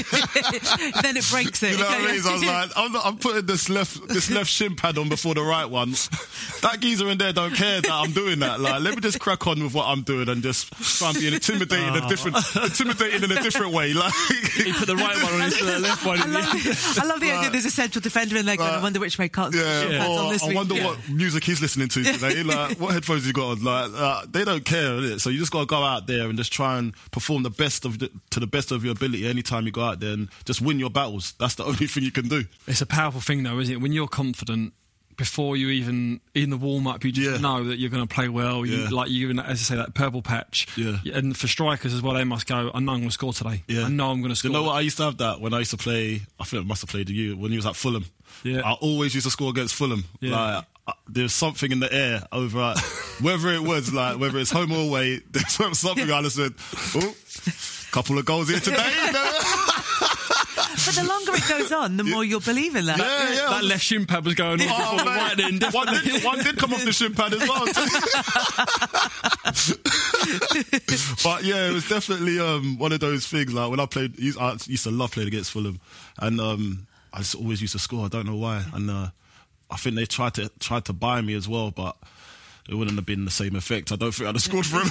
[SPEAKER 2] then it breaks it.
[SPEAKER 4] You know what I mean? So I was like, I'm, not, I'm putting this left this left shin pad on before the right one. That geezer in there don't care that I'm doing that. Like, let me just crack on with what I'm doing and just try and be intimidating in a different intimidating in a different way. Like,
[SPEAKER 3] Ah. He put the right one on instead of the left one.
[SPEAKER 2] I
[SPEAKER 3] didn't
[SPEAKER 2] love,
[SPEAKER 3] he?
[SPEAKER 2] the, I love the idea there's a central defender in there going, I
[SPEAKER 4] Right.
[SPEAKER 2] wonder which way Carlton
[SPEAKER 4] yeah,
[SPEAKER 2] yeah.
[SPEAKER 4] or
[SPEAKER 2] on this
[SPEAKER 4] I
[SPEAKER 2] week.
[SPEAKER 4] wonder what music he's listening to today. Like, what headphones you got on? Like, uh, they don't care. innit? So you just got to go out there and just try and perform the best of the, to the best of your ability. Anytime you go out there and just win your battles. That's the only thing you can do.
[SPEAKER 3] It's a powerful thing, though, isn't it? When you're confident, before you even in the warm up, you just
[SPEAKER 4] Yeah.
[SPEAKER 3] know that you're going to play well. You,
[SPEAKER 4] Yeah.
[SPEAKER 3] Like you, as I say, that purple patch.
[SPEAKER 4] Yeah.
[SPEAKER 3] And for strikers as well, they must go. I know I'm going to score today. I know I'm going to score.
[SPEAKER 4] You know what? I used to have that when I used to play. I think I must have played you when he was at Fulham.
[SPEAKER 3] Yeah.
[SPEAKER 4] I always used to score against Fulham.
[SPEAKER 3] Yeah.
[SPEAKER 4] Like uh, there's something in the air over uh, whether it was like whether it's home or away. There's something I just said. Oh, couple of goals here today. you know?
[SPEAKER 2] But the longer it goes on, the more you'll believe in that.
[SPEAKER 4] yeah, yeah.
[SPEAKER 3] That left shin pad was going on
[SPEAKER 4] Oh,
[SPEAKER 3] before the
[SPEAKER 4] mate.
[SPEAKER 3] right end.
[SPEAKER 4] one,
[SPEAKER 3] Definitely.
[SPEAKER 4] did, one did come off the shin pad as well. but yeah, it was definitely um, one of those things. Like when I played, I used to love playing against Fulham, and um, I just always used to score. I don't know why, and uh, I think they tried to tried to buy me as well, but. It wouldn't have been the same effect. I don't think I'd have scored for him.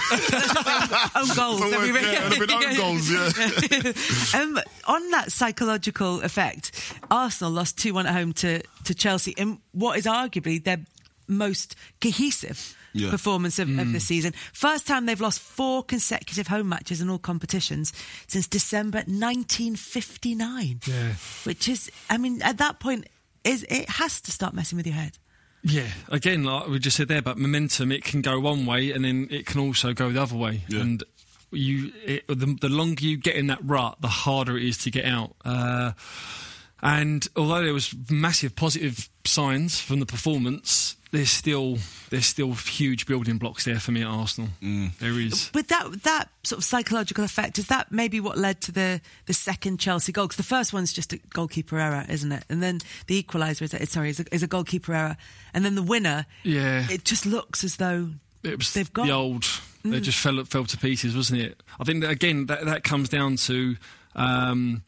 [SPEAKER 2] Own goals.
[SPEAKER 4] So,
[SPEAKER 2] every-
[SPEAKER 4] yeah, it'd have been own goals,
[SPEAKER 2] um, on that psychological effect, Arsenal lost 2 1 at home to, to Chelsea in what is arguably their most cohesive
[SPEAKER 4] Yeah. Mm.
[SPEAKER 2] performance of, of the season. First time they've lost four consecutive home matches in all competitions since December 1959.
[SPEAKER 3] Yeah.
[SPEAKER 2] Which is, I mean, at that point, is it has to start messing with your head.
[SPEAKER 3] Yeah, again, like we just said there, but momentum it can go one way and then it can also go the other way.
[SPEAKER 4] Yeah.
[SPEAKER 3] And you, it, the, the longer you get in that rut, the harder it is to get out. Uh, and although there was massive positive signs from the performance, there's still there's still huge building blocks there for me at Arsenal. There is.
[SPEAKER 2] With that that sort of psychological effect, is that maybe what led to the, the second Chelsea goal? Because the first one's just a goalkeeper error, isn't it? And then the equaliser is a, sorry is a, is a goalkeeper error, and then the winner.
[SPEAKER 3] Yeah.
[SPEAKER 2] it just looks as though
[SPEAKER 3] it was
[SPEAKER 2] they've got. Mm.
[SPEAKER 3] the old. They just fell fell to pieces, wasn't it? I think that, again that that comes down to um,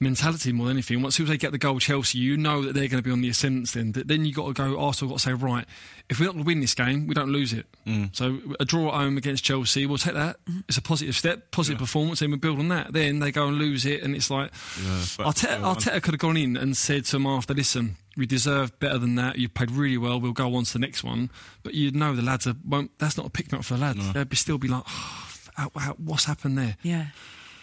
[SPEAKER 3] mentality more than anything. Once as soon as they get the goal, Chelsea, you know that they're going to be on the ascendance. Then Th- then you got to go. oh, Arsenal got to say right. If we're not going to win this game, we don't lose it. So a draw at home against Chelsea, we'll take that.
[SPEAKER 2] Mm-hmm.
[SPEAKER 3] It's a positive step, positive performance, and we build on that. Then they go and lose it, and it's like
[SPEAKER 4] but-
[SPEAKER 3] Arteta,
[SPEAKER 4] yeah,
[SPEAKER 3] Arteta could have gone in and said to him after, listen, we deserve better than that. You played really well. We'll go on to the next one. But you know the lads are, won't, that's not a pick me up for the lads. They'd be, still be like, oh, how- how- what's happened there?
[SPEAKER 2] Yeah.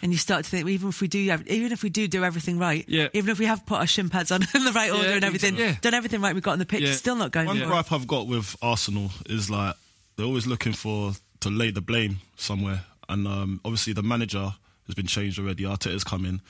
[SPEAKER 2] And you start to think, well, even if we do, have- even if we do do everything right,
[SPEAKER 3] Yeah.
[SPEAKER 2] even if we have put our shin pads on in the right order and
[SPEAKER 3] ex-
[SPEAKER 2] everything,
[SPEAKER 3] yeah.
[SPEAKER 2] done everything right, we got on the pitch,
[SPEAKER 3] Yeah.
[SPEAKER 2] it's still not going.
[SPEAKER 4] One
[SPEAKER 2] for us.
[SPEAKER 4] gripe I've got with Arsenal is like they're always looking for to lay the blame somewhere, and um, obviously the manager has been changed already. Arteta's come in.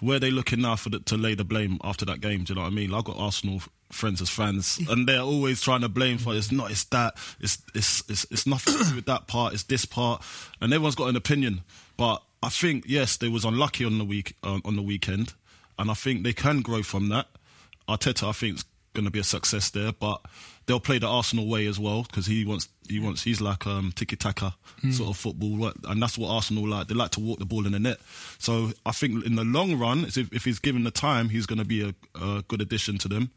[SPEAKER 4] Where are they looking now for the, to lay the blame after that game? Do you know what I mean? Like, I've got Arsenal f- friends as fans, and they're always trying to blame for it's not, it's that, it's it's it's, it's nothing to do with that part, it's this part, and everyone's got an opinion. But I think yes, they was unlucky on the week uh, on on the weekend, and I think they can grow from that. Arteta, I think, is going to be a success there, but they'll play the Arsenal way as well because he wants he wants he's like um, tiki taka sort of football, right? and that's what Arsenal like. They like to walk the ball in the net. So I think in the long run, it's if, if he's given the time, he's going to be a, a good addition to them.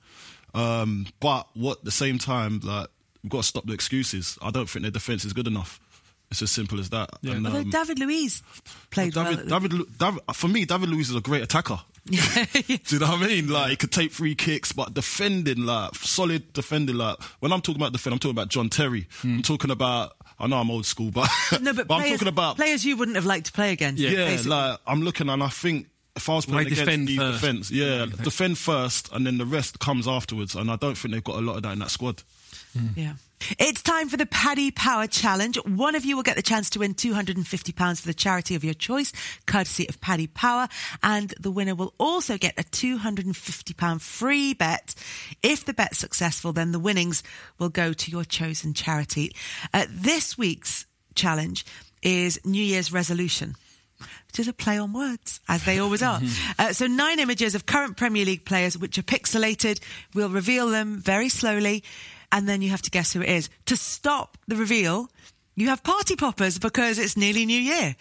[SPEAKER 4] Um, but what at the same time, like we've got to stop the excuses. I don't think their defense is good enough. It's as simple as that.
[SPEAKER 3] Yeah.
[SPEAKER 4] And,
[SPEAKER 2] Although
[SPEAKER 4] um,
[SPEAKER 2] David Luiz played well.
[SPEAKER 4] David,
[SPEAKER 2] at the-
[SPEAKER 4] David, Lu- David, for me, David Luiz is a great attacker. Do you know what I mean? Like, he could take free kicks, but defending, like, solid defending. Like, when I'm talking about defend, I'm talking about John Terry. I'm talking about, I know I'm old school, but,
[SPEAKER 2] Hmm. no, but,
[SPEAKER 4] I'm
[SPEAKER 2] players-
[SPEAKER 4] talking about,
[SPEAKER 2] players you wouldn't have liked to play against.
[SPEAKER 4] yeah,
[SPEAKER 2] basically.
[SPEAKER 4] like, I'm looking and I think if I was
[SPEAKER 3] Well,
[SPEAKER 4] playing
[SPEAKER 3] they
[SPEAKER 4] against
[SPEAKER 3] defend
[SPEAKER 4] the
[SPEAKER 3] first.
[SPEAKER 4] defence, yeah, defend first and then the rest comes afterwards. And I don't think they've got a lot of that in that squad.
[SPEAKER 2] Yeah. It's time for the Paddy Power Challenge. One of you will get the chance to win £250 for the charity of your choice, courtesy of Paddy Power. And the winner will also get a £250 free bet. If the bet's successful, then the winnings will go to your chosen charity. Uh, this week's challenge is New Year's resolution which is a play on words, as they always are. Uh, so, nine images of current Premier League players which are pixelated. We'll reveal them very slowly, and then you have to guess who it is. To stop the reveal, you have party poppers because it's nearly New Year.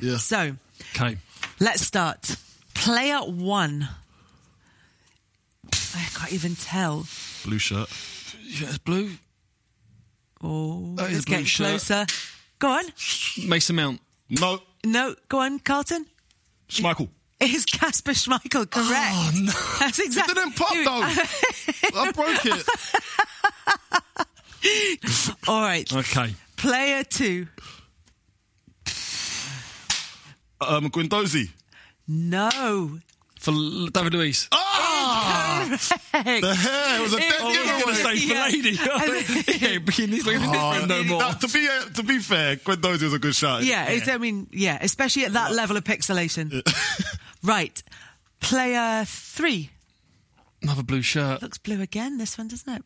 [SPEAKER 4] Yeah.
[SPEAKER 2] So,
[SPEAKER 3] Okay.
[SPEAKER 2] Let's start. Player one. I can't even tell.
[SPEAKER 4] Blue shirt.
[SPEAKER 3] Yeah, it's blue.
[SPEAKER 2] Oh,
[SPEAKER 3] That is
[SPEAKER 2] it's
[SPEAKER 3] a blue
[SPEAKER 2] getting
[SPEAKER 3] shirt.
[SPEAKER 2] closer. Go on.
[SPEAKER 3] Mason Mount.
[SPEAKER 4] No,
[SPEAKER 2] No, go on, Carlton.
[SPEAKER 4] Schmeichel.
[SPEAKER 2] It is Casper Schmeichel, correct?
[SPEAKER 4] Oh, no.
[SPEAKER 2] That's
[SPEAKER 4] It
[SPEAKER 2] exactly.
[SPEAKER 4] didn't pop though. I broke it.
[SPEAKER 2] All right.
[SPEAKER 3] Okay.
[SPEAKER 2] Player two.
[SPEAKER 4] Um, Guindosi.
[SPEAKER 2] No.
[SPEAKER 3] For L- David Luiz.
[SPEAKER 4] Ah! The hair was a dead
[SPEAKER 2] Oh,
[SPEAKER 3] I was going to
[SPEAKER 4] giveaway.
[SPEAKER 3] say for
[SPEAKER 2] Yeah.
[SPEAKER 3] lady. yeah, he's looking different no more.
[SPEAKER 4] Nah, to be uh, to be fair, Guindosi was a good shot.
[SPEAKER 2] Yeah, It's, I mean, yeah, especially at that level of pixelation. right. Player three.
[SPEAKER 3] Another blue shirt.
[SPEAKER 2] Looks blue again, this one, doesn't it?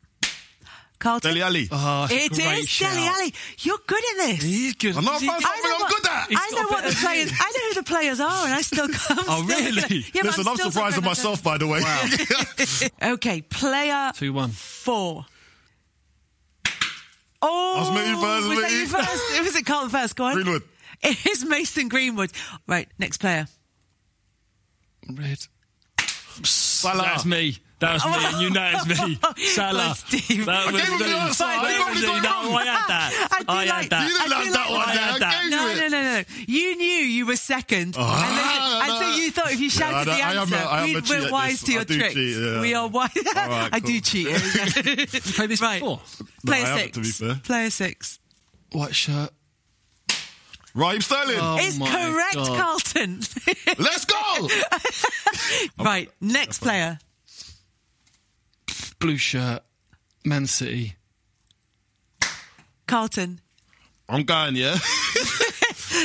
[SPEAKER 2] Carlton.
[SPEAKER 4] Deli Ali.
[SPEAKER 3] Oh, that's a
[SPEAKER 2] It
[SPEAKER 3] great
[SPEAKER 2] is
[SPEAKER 3] shout.
[SPEAKER 2] Deli Alley. You're good at this.
[SPEAKER 3] He's good.
[SPEAKER 4] I'm not
[SPEAKER 3] Is he-
[SPEAKER 4] fine. something I'm good at.
[SPEAKER 2] I
[SPEAKER 3] He's got
[SPEAKER 2] know
[SPEAKER 3] a
[SPEAKER 2] what
[SPEAKER 3] bit
[SPEAKER 2] the
[SPEAKER 3] of-
[SPEAKER 2] players. I know who the players are, and I still come.
[SPEAKER 3] Oh, really?
[SPEAKER 2] Yeah, but
[SPEAKER 4] Listen, I'm,
[SPEAKER 2] still talking
[SPEAKER 4] surprised at
[SPEAKER 2] about
[SPEAKER 4] myself, by the way.
[SPEAKER 2] that. Okay, player
[SPEAKER 3] 2 1.
[SPEAKER 2] four. Oh,
[SPEAKER 4] was me first,
[SPEAKER 2] was that
[SPEAKER 4] me.
[SPEAKER 2] you first? was it Carlton first? Go on.
[SPEAKER 4] Greenwood.
[SPEAKER 2] It is Mason Greenwood. Right, next player.
[SPEAKER 3] Red.
[SPEAKER 4] Salah.
[SPEAKER 3] That's me. That was me, and you know it's me. Salah.
[SPEAKER 2] Oh, Steve.
[SPEAKER 3] That
[SPEAKER 2] I
[SPEAKER 3] was
[SPEAKER 4] gave him
[SPEAKER 3] me.
[SPEAKER 4] the answer. I
[SPEAKER 3] That
[SPEAKER 4] gave
[SPEAKER 3] was
[SPEAKER 4] him the
[SPEAKER 3] me. No, I had that.
[SPEAKER 2] I do
[SPEAKER 3] I
[SPEAKER 2] like-
[SPEAKER 3] had
[SPEAKER 4] You
[SPEAKER 3] that.
[SPEAKER 4] didn't
[SPEAKER 2] I
[SPEAKER 4] have
[SPEAKER 2] do
[SPEAKER 4] that
[SPEAKER 2] like
[SPEAKER 4] one.
[SPEAKER 3] that.
[SPEAKER 4] there. I gave
[SPEAKER 2] No, no,
[SPEAKER 4] you
[SPEAKER 2] no,
[SPEAKER 4] it.
[SPEAKER 2] no, no. You knew you were second. and,
[SPEAKER 4] Ah,
[SPEAKER 2] then, and so
[SPEAKER 4] no.
[SPEAKER 2] you thought if you
[SPEAKER 4] Yeah, I
[SPEAKER 2] shouted
[SPEAKER 4] know. I am a-
[SPEAKER 2] the answer,
[SPEAKER 4] I am a
[SPEAKER 2] we,
[SPEAKER 4] cheat at
[SPEAKER 2] we're
[SPEAKER 4] this.
[SPEAKER 2] wise to
[SPEAKER 4] I
[SPEAKER 2] your
[SPEAKER 4] do
[SPEAKER 2] tricks.
[SPEAKER 4] cheat, yeah.
[SPEAKER 2] We are wise.
[SPEAKER 4] right,
[SPEAKER 2] I do
[SPEAKER 4] cool.
[SPEAKER 2] cheat. yeah.
[SPEAKER 3] You played this
[SPEAKER 2] Right.
[SPEAKER 3] before?
[SPEAKER 4] No, I
[SPEAKER 2] Player
[SPEAKER 4] haven't,
[SPEAKER 2] six.
[SPEAKER 4] to be fair.
[SPEAKER 2] Player six.
[SPEAKER 3] White shirt.
[SPEAKER 4] Raheem Sterling.
[SPEAKER 3] Oh
[SPEAKER 2] is
[SPEAKER 3] my
[SPEAKER 2] correct,
[SPEAKER 3] God.
[SPEAKER 2] Carlton.
[SPEAKER 4] Let's go.
[SPEAKER 2] right, next player.
[SPEAKER 3] Blue shirt. Man City.
[SPEAKER 2] Carlton.
[SPEAKER 4] I'm going, yeah.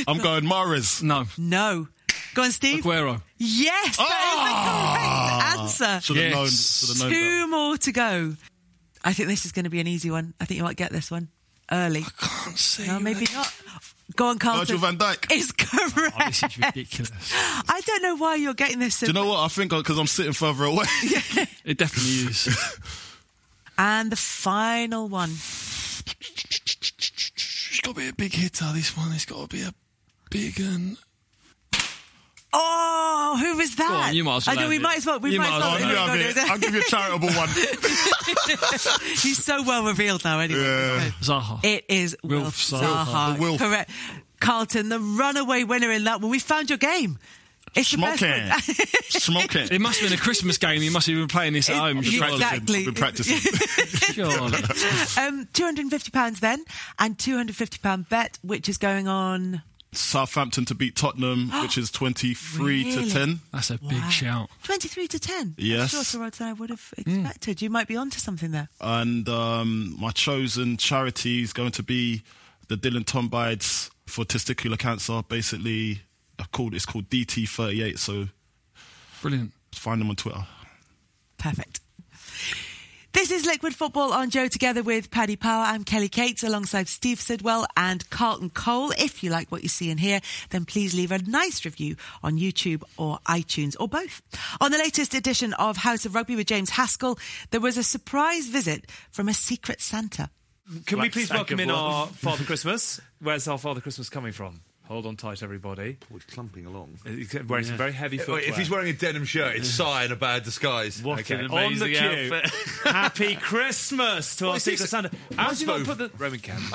[SPEAKER 4] I'm going Mares.
[SPEAKER 3] No.
[SPEAKER 2] No. Go on, Steve.
[SPEAKER 3] Aguero.
[SPEAKER 2] Yes,
[SPEAKER 4] Ah!
[SPEAKER 2] that is the correct answer.
[SPEAKER 4] Should have
[SPEAKER 3] Yes.
[SPEAKER 4] known. Should have known. better.
[SPEAKER 2] Two more to go. I think this is going to be an easy one. I think you might get this one early.
[SPEAKER 3] Can't see.
[SPEAKER 2] No, maybe not. Go on, Carlton.
[SPEAKER 4] Virgil van Dijk.
[SPEAKER 2] Is correct.
[SPEAKER 3] Oh, this is ridiculous.
[SPEAKER 2] I don't know why you're getting this.
[SPEAKER 4] Do you know what? I think because I'm sitting further away.
[SPEAKER 3] It definitely is.
[SPEAKER 2] and the final one.
[SPEAKER 3] It's got to be a big hitter, this one. It's got to be a big one.
[SPEAKER 2] Oh, who was that?
[SPEAKER 3] on, you might as well
[SPEAKER 2] I know, we
[SPEAKER 3] land it.
[SPEAKER 2] might as well. We
[SPEAKER 3] You
[SPEAKER 2] might
[SPEAKER 3] might
[SPEAKER 2] as
[SPEAKER 3] as
[SPEAKER 2] well.
[SPEAKER 4] I'll, give you
[SPEAKER 2] No,
[SPEAKER 4] a
[SPEAKER 2] no,
[SPEAKER 4] bit.
[SPEAKER 2] no.
[SPEAKER 4] I'll give you a charitable one.
[SPEAKER 2] He's so well revealed now, anyway.
[SPEAKER 4] Yeah.
[SPEAKER 3] Zaha.
[SPEAKER 2] It is Wilf,
[SPEAKER 3] Wilf
[SPEAKER 2] Zaha.
[SPEAKER 3] Zaha.
[SPEAKER 4] The Wilf.
[SPEAKER 2] Correct. Carlton, the runaway winner in that one. We found your game. It's the best
[SPEAKER 4] Smoking.
[SPEAKER 2] one.
[SPEAKER 4] Smoking.
[SPEAKER 3] It must have been a Christmas game. You must have been playing this at home.
[SPEAKER 2] you-
[SPEAKER 3] surely.
[SPEAKER 2] exactly.
[SPEAKER 4] I've been practicing.
[SPEAKER 3] Surely.
[SPEAKER 2] um, £250 then, and £250 bet, which is going on.
[SPEAKER 4] Southampton to beat Tottenham, which is 23
[SPEAKER 2] Really?
[SPEAKER 4] to 10.
[SPEAKER 3] That's a big
[SPEAKER 2] Wow.
[SPEAKER 3] shout. Hmm.
[SPEAKER 2] 23 to 10.
[SPEAKER 4] Yes.
[SPEAKER 2] Shorter odds than I would have expected. You might be onto something there.
[SPEAKER 4] And um, my chosen charity is going to be the Dylan Tombides for testicular cancer. Basically, I called it's called DT38. So
[SPEAKER 3] Brilliant.
[SPEAKER 4] find them on Twitter.
[SPEAKER 2] Perfect. This is Liquid Football on Joe together with Paddy Power. I'm Kelly Cates alongside Steve Sidwell and Carlton Cole. If you like what you see and hear, then please leave a nice review on YouTube or iTunes or both. On the latest edition of House of Rugby with James Haskell, there was a surprise visit from a secret Santa.
[SPEAKER 5] Can we
[SPEAKER 6] Like
[SPEAKER 5] please
[SPEAKER 6] sack of
[SPEAKER 5] welcome in
[SPEAKER 6] love.
[SPEAKER 5] our Father Christmas? Where's our Father Christmas coming from? Hold on tight, everybody.
[SPEAKER 7] We're clumping along.
[SPEAKER 5] He's wearing some very heavy footwear.
[SPEAKER 7] If he's wearing a denim shirt, it's sign a bad disguise.
[SPEAKER 6] What
[SPEAKER 5] Okay,
[SPEAKER 6] an
[SPEAKER 5] on the
[SPEAKER 6] amazing
[SPEAKER 5] queue.
[SPEAKER 6] outfit.
[SPEAKER 5] Happy Christmas to our
[SPEAKER 7] is
[SPEAKER 5] Secret
[SPEAKER 7] this?
[SPEAKER 5] Santa. How do you not
[SPEAKER 7] Maspo.
[SPEAKER 5] put the Roman candle?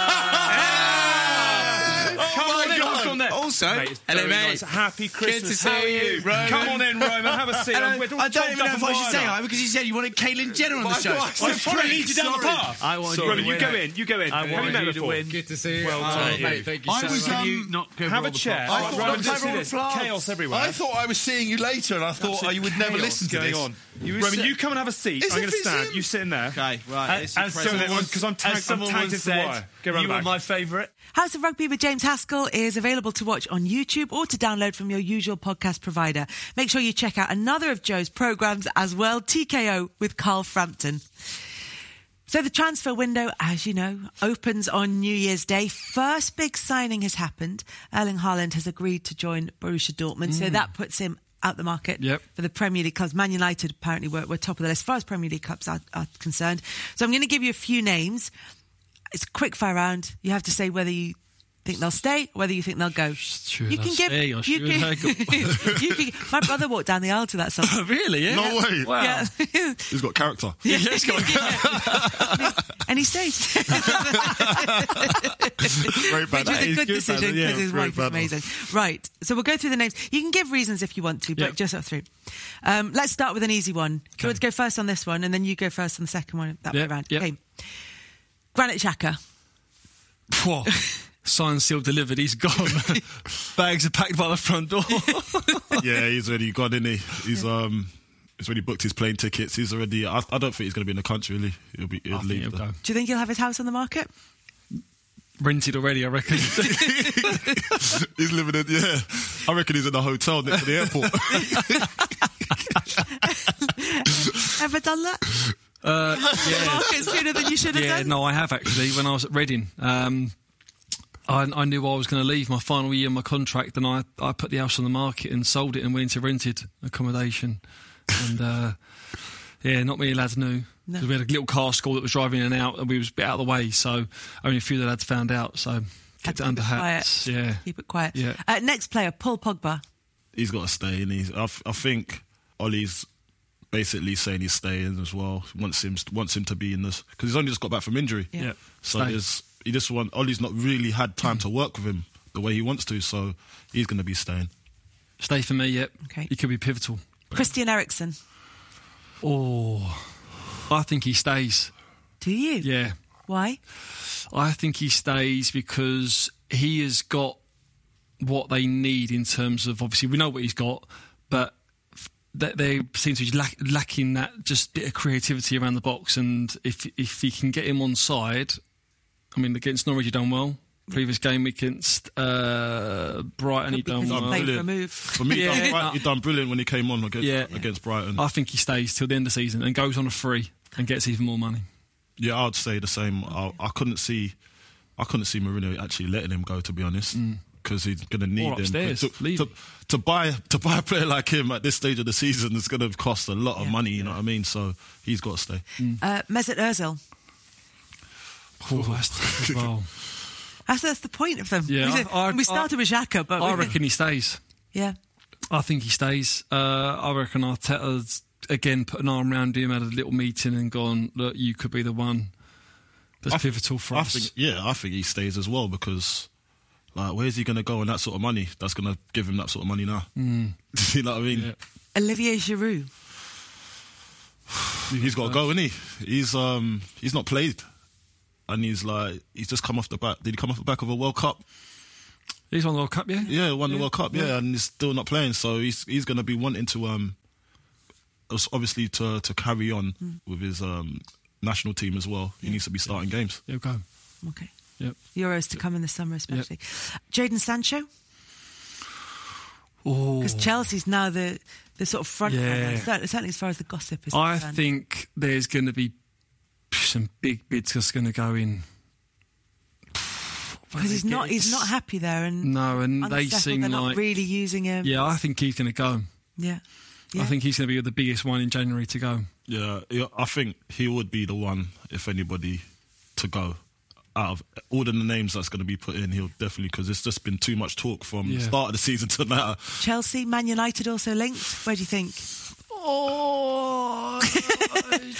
[SPEAKER 7] Ah!
[SPEAKER 5] Come
[SPEAKER 7] Oh
[SPEAKER 5] on in, walk on there.
[SPEAKER 7] Also,
[SPEAKER 5] Mate, it's
[SPEAKER 7] hello
[SPEAKER 5] very
[SPEAKER 7] mate.
[SPEAKER 5] nice. Happy Christmas.
[SPEAKER 7] see
[SPEAKER 5] How are you?
[SPEAKER 7] you, Roman.
[SPEAKER 5] Come on in, Roman. Have a seat.
[SPEAKER 7] Hello.
[SPEAKER 5] I'm- we're all
[SPEAKER 7] uh, I don't
[SPEAKER 5] choked
[SPEAKER 7] even
[SPEAKER 5] up
[SPEAKER 7] know if
[SPEAKER 5] in
[SPEAKER 7] I should
[SPEAKER 5] wine.
[SPEAKER 7] say
[SPEAKER 5] I
[SPEAKER 7] hi because you said you wanted Caitlyn Jenner on the
[SPEAKER 5] was
[SPEAKER 7] show.
[SPEAKER 5] trying to lead you down the path.
[SPEAKER 6] I want
[SPEAKER 5] Roman,
[SPEAKER 6] you to
[SPEAKER 5] you
[SPEAKER 6] win.
[SPEAKER 5] go in. You go in. Have you met before?
[SPEAKER 8] Good to see you.
[SPEAKER 5] Well
[SPEAKER 8] Oh,
[SPEAKER 5] done.
[SPEAKER 8] mate, thank you
[SPEAKER 7] I
[SPEAKER 8] so
[SPEAKER 7] was,
[SPEAKER 8] much.
[SPEAKER 7] um,
[SPEAKER 8] Can you not cover
[SPEAKER 5] Have
[SPEAKER 8] all
[SPEAKER 5] a
[SPEAKER 8] the
[SPEAKER 5] chair.
[SPEAKER 8] pop-
[SPEAKER 7] I
[SPEAKER 5] Right,
[SPEAKER 7] thought
[SPEAKER 5] Roman,
[SPEAKER 7] I was
[SPEAKER 5] just do
[SPEAKER 7] in
[SPEAKER 5] this.
[SPEAKER 7] the plant.
[SPEAKER 5] Chaos everywhere.
[SPEAKER 7] I thought I was seeing you later, and I thought
[SPEAKER 4] oh,
[SPEAKER 7] I would never listen to
[SPEAKER 5] going
[SPEAKER 7] this.
[SPEAKER 5] on. Roman, you come and have a seat.
[SPEAKER 7] It's
[SPEAKER 5] I'm going
[SPEAKER 7] if
[SPEAKER 5] to
[SPEAKER 7] it's
[SPEAKER 5] stand.
[SPEAKER 7] him.
[SPEAKER 5] You sit in there. Uh,
[SPEAKER 8] Okay, right,
[SPEAKER 5] And-
[SPEAKER 8] it's
[SPEAKER 5] And so
[SPEAKER 8] impressive.
[SPEAKER 5] because I'm tagged,
[SPEAKER 6] As someone
[SPEAKER 5] I'm tagged
[SPEAKER 6] once
[SPEAKER 5] into the
[SPEAKER 6] said,
[SPEAKER 5] wire. Go round
[SPEAKER 6] you were
[SPEAKER 5] back.
[SPEAKER 6] my favourite.
[SPEAKER 2] House of Rugby with James Haskell is available to watch on YouTube or to download from your usual podcast provider. Make sure you check out another of Joe's programmes as well, TKO with Carl Frampton. So the transfer window, as you know, opens on New Year's Day. First big signing has happened. Erling Haaland has agreed to join Borussia Dortmund, so that puts him out the market
[SPEAKER 3] Yep.
[SPEAKER 2] for the Premier League clubs. Man United apparently were, were top of the list as far as Premier League clubs are, are concerned. So I'm going to give you a few names. It's a quick fire round. You have to say whether you think they'll stay, whether you think they'll go.
[SPEAKER 3] Should
[SPEAKER 2] you
[SPEAKER 3] I stay or should I go?
[SPEAKER 2] you can- my brother walked down the aisle to that song.
[SPEAKER 3] really? Yeah.
[SPEAKER 4] No way.
[SPEAKER 3] Wow.
[SPEAKER 2] Yeah.
[SPEAKER 4] He's got character.
[SPEAKER 3] Yeah, it's got-
[SPEAKER 2] and he stayed.
[SPEAKER 4] Great bad.
[SPEAKER 2] Which was a
[SPEAKER 4] He's
[SPEAKER 2] good decision
[SPEAKER 4] bad, yeah,
[SPEAKER 2] because his
[SPEAKER 4] great
[SPEAKER 2] wife is
[SPEAKER 4] bad.
[SPEAKER 2] amazing. Right. So we'll go through the names. You can give reasons if you want to, but
[SPEAKER 3] Yeah.
[SPEAKER 2] just up through. Um, let's start with an easy one. Do you
[SPEAKER 3] Okay.
[SPEAKER 2] want to go first on this one and then you go first on the second one that
[SPEAKER 3] Yeah,
[SPEAKER 2] way around?
[SPEAKER 3] yeah.
[SPEAKER 2] Okay. Granite Shaka.
[SPEAKER 3] Phew. Signed, sealed, delivered. He's gone. Bags are packed by the front door.
[SPEAKER 4] yeah, he's already gone, isn't he? He's um, he's already booked his plane tickets. He's already. I, I don't think he's going to be in the country. Really, he'll be. He'll
[SPEAKER 3] I think
[SPEAKER 4] leave
[SPEAKER 3] he'll
[SPEAKER 4] the-
[SPEAKER 3] go.
[SPEAKER 2] Do you think he'll have his house on the market?
[SPEAKER 3] Rented already, I reckon.
[SPEAKER 4] He's living in. Yeah, I reckon he's in a hotel next to the airport.
[SPEAKER 2] Ever done that?
[SPEAKER 3] Uh, yeah.
[SPEAKER 2] market sooner than you should have
[SPEAKER 3] Yeah,
[SPEAKER 2] done?
[SPEAKER 3] no, I have actually. When I was at Reading, um, I, I knew I was going to leave my final year of my contract, and I, I put the house on the market and sold it and went into rented accommodation. And uh, yeah, not many lads knew. 'Cause We had a little car school that was driving in and out, and we was a bit out of the way, so only a few of the lads found out. So kept it under hats.
[SPEAKER 2] Quiet.
[SPEAKER 3] Yeah,
[SPEAKER 2] Keep it quiet.
[SPEAKER 3] Yeah.
[SPEAKER 2] Uh, next player, Paul Pogba.
[SPEAKER 4] he's got to stay, and he's. I, f- I think Ollie's basically saying he's staying as well. Wants him. Wants him to be in this because he's only just got back from injury.
[SPEAKER 2] Yeah.
[SPEAKER 3] yeah.
[SPEAKER 4] So
[SPEAKER 3] Stay.
[SPEAKER 4] there's. He just want. Ollie's not really had time to work with him the way he wants to. So he's going to be staying.
[SPEAKER 3] stay for me. Yep.
[SPEAKER 2] Okay.
[SPEAKER 3] He could be pivotal.
[SPEAKER 2] Christian Eriksen.
[SPEAKER 3] Oh, I think he stays.
[SPEAKER 2] Do you?
[SPEAKER 3] Yeah.
[SPEAKER 2] Why?
[SPEAKER 3] I think he stays because he has got what they need in terms of obviously we know what he's got, but f- that they seem to be lack, lacking that just bit of creativity around the box. And if if he can get him on side, I mean against Norwich he done well. Previous game against uh, Brighton he
[SPEAKER 2] Because
[SPEAKER 3] done
[SPEAKER 2] he
[SPEAKER 3] well.
[SPEAKER 2] played for a
[SPEAKER 4] Brilliant.
[SPEAKER 2] move.
[SPEAKER 4] For me,
[SPEAKER 3] Yeah.
[SPEAKER 4] he, done, bri- he done brilliant when he came on against,
[SPEAKER 3] Yeah.
[SPEAKER 4] against Brighton.
[SPEAKER 3] I think he stays till the end of the season and goes on a free and gets even more money.
[SPEAKER 4] Yeah, I'd say the same. I, I couldn't see, I couldn't see Mourinho actually letting him go. To be honest, because he's going to need him
[SPEAKER 3] Mm. upstairs,
[SPEAKER 4] to,
[SPEAKER 3] leave
[SPEAKER 4] to,
[SPEAKER 3] him.
[SPEAKER 4] to buy to buy a player like him at this stage of the season is going to cost a lot of money. You know what I mean? So he's got to stay.
[SPEAKER 3] Um,
[SPEAKER 2] Uh, Mesut Ozil.
[SPEAKER 3] Oh, that's- well,
[SPEAKER 2] That's, that's the point of them.
[SPEAKER 3] Yeah,
[SPEAKER 2] we, did-
[SPEAKER 3] I- I-
[SPEAKER 2] we started with Xhaka, but
[SPEAKER 3] I
[SPEAKER 2] we-
[SPEAKER 3] reckon he stays.
[SPEAKER 2] Yeah.
[SPEAKER 3] I think he stays. Uh, I reckon Arteta's again put an arm around him, had a little meeting, and gone, "Look, you could be the one that's
[SPEAKER 4] I th-
[SPEAKER 3] pivotal for
[SPEAKER 4] I
[SPEAKER 3] us."
[SPEAKER 4] think, yeah, I think he stays as well because, like, where's he going to go and that sort of money? That's going to give him that sort of money now.
[SPEAKER 3] Mm.
[SPEAKER 4] you know what I mean?
[SPEAKER 3] Yeah.
[SPEAKER 2] Olivier Giroud.
[SPEAKER 4] He's got to go, isn't he? He's um he's not played, and he's like he's just come off the back. Did he come off the back of a World Cup?
[SPEAKER 3] He's won the World Cup, yeah.
[SPEAKER 4] Yeah, won the World Cup. Yeah, and he's still not playing, so he's he's going to be wanting to um, us- obviously to to carry on
[SPEAKER 3] Hmm.
[SPEAKER 4] with his um national team as well. He needs to be starting games.
[SPEAKER 3] He'll go.
[SPEAKER 2] Okay.
[SPEAKER 3] Yep.
[SPEAKER 2] Euros to come in the summer, especially. Jaden Sancho,
[SPEAKER 3] Oh,
[SPEAKER 2] because Chelsea's now the, the sort of front
[SPEAKER 3] Yeah.
[SPEAKER 2] runner, cer- certainly as far as the gossip is
[SPEAKER 3] I
[SPEAKER 2] concerned.
[SPEAKER 3] think there's going to be some big bids that's going to go in.
[SPEAKER 2] Because he's not, he's not happy there, and
[SPEAKER 3] No, and Mm, they
[SPEAKER 2] unsettled,
[SPEAKER 3] seem
[SPEAKER 2] they're not
[SPEAKER 3] like
[SPEAKER 2] really using him.
[SPEAKER 3] yeah. I think he's going to go.
[SPEAKER 2] yeah. Yeah.
[SPEAKER 3] I think he's going to be the biggest one in January to go.
[SPEAKER 4] Yeah, yeah, I think he would be the one if anybody to go out of all the names that's going to be put in. He'll definitely because it's just been too much talk from the
[SPEAKER 3] Yeah.
[SPEAKER 4] start of the season to now.
[SPEAKER 2] Chelsea, Man United also linked. Where do you think?
[SPEAKER 3] Oh,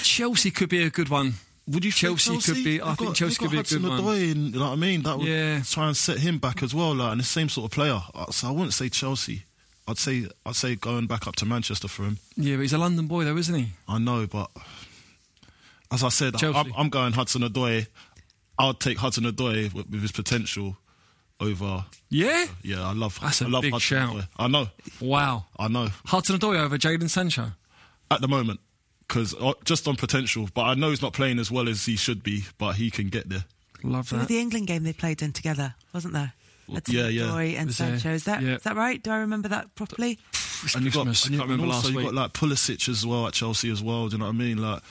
[SPEAKER 3] Chelsea could be a good one. Would you Chelsea, could be? I
[SPEAKER 4] They've
[SPEAKER 3] think
[SPEAKER 4] got-
[SPEAKER 3] Chelsea
[SPEAKER 4] they've
[SPEAKER 3] could
[SPEAKER 4] got
[SPEAKER 3] be a good
[SPEAKER 4] Hudson-Odoi
[SPEAKER 3] one.
[SPEAKER 4] in, you know what I mean? That would
[SPEAKER 3] Yeah.
[SPEAKER 4] try and set him back as well, like, and the same sort of player. Uh, So I wouldn't say Chelsea. I'd say I'd say going back up to Manchester for him.
[SPEAKER 3] Yeah, but he's a London boy though, isn't he?
[SPEAKER 4] I know, but as I said,
[SPEAKER 3] Chelsea.
[SPEAKER 4] I'm, I'm going Hudson Odoi. I'll take Hudson Odoi with, with his potential over.
[SPEAKER 3] Yeah.
[SPEAKER 4] Yeah, I love.
[SPEAKER 3] That's a
[SPEAKER 4] I love
[SPEAKER 3] big shout.
[SPEAKER 4] Hudson-Odoi. I know.
[SPEAKER 3] Wow.
[SPEAKER 4] I know.
[SPEAKER 3] Hudson Odoi over Jaden Sancho.
[SPEAKER 4] At the moment, because just on potential, but I know he's not playing as well as he should be, but he can get there.
[SPEAKER 3] Love
[SPEAKER 2] With
[SPEAKER 3] that.
[SPEAKER 2] the England game they played in together, wasn't there? That's
[SPEAKER 4] yeah, yeah.
[SPEAKER 2] Roy and
[SPEAKER 3] Was there?
[SPEAKER 2] Sancho. Is that is
[SPEAKER 3] Yeah.
[SPEAKER 2] that right? Do I remember that properly?
[SPEAKER 4] and you've got, and
[SPEAKER 3] Christmas.
[SPEAKER 4] you-
[SPEAKER 3] Can't remember
[SPEAKER 4] and also
[SPEAKER 3] last
[SPEAKER 4] you've
[SPEAKER 3] week.
[SPEAKER 4] got like Pulisic as well at Chelsea as well. Do you know what I mean? Like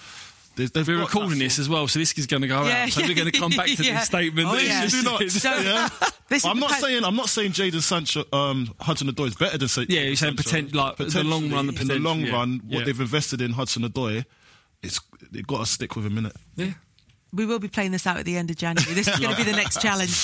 [SPEAKER 4] they, they've
[SPEAKER 3] We're
[SPEAKER 4] got
[SPEAKER 3] recording
[SPEAKER 4] that
[SPEAKER 3] this as well, so this is going to go
[SPEAKER 2] Yeah,
[SPEAKER 3] out. So
[SPEAKER 2] yeah.
[SPEAKER 3] we're going to come back to
[SPEAKER 2] Yeah.
[SPEAKER 3] this statement.
[SPEAKER 2] Oh,
[SPEAKER 3] This
[SPEAKER 2] yeah.
[SPEAKER 3] is-
[SPEAKER 4] Do not-
[SPEAKER 3] is-
[SPEAKER 2] So
[SPEAKER 4] Yeah.
[SPEAKER 2] this is
[SPEAKER 4] sort- I'm
[SPEAKER 2] the
[SPEAKER 4] not
[SPEAKER 2] type-
[SPEAKER 4] saying I'm not saying Jaden Sancho, um, Hudson Odoi is better than Sa-
[SPEAKER 3] Yeah, you're saying potent- like, the
[SPEAKER 4] Potentially,
[SPEAKER 3] long run, the
[SPEAKER 4] in the
[SPEAKER 3] potential,
[SPEAKER 4] long
[SPEAKER 3] yeah.
[SPEAKER 4] run, what
[SPEAKER 3] Yeah.
[SPEAKER 4] they've invested in Hudson Odoi, it's they've got to stick with him, innit?
[SPEAKER 3] Yeah.
[SPEAKER 2] We will be playing this out at the end of January. This is going to be the next challenge.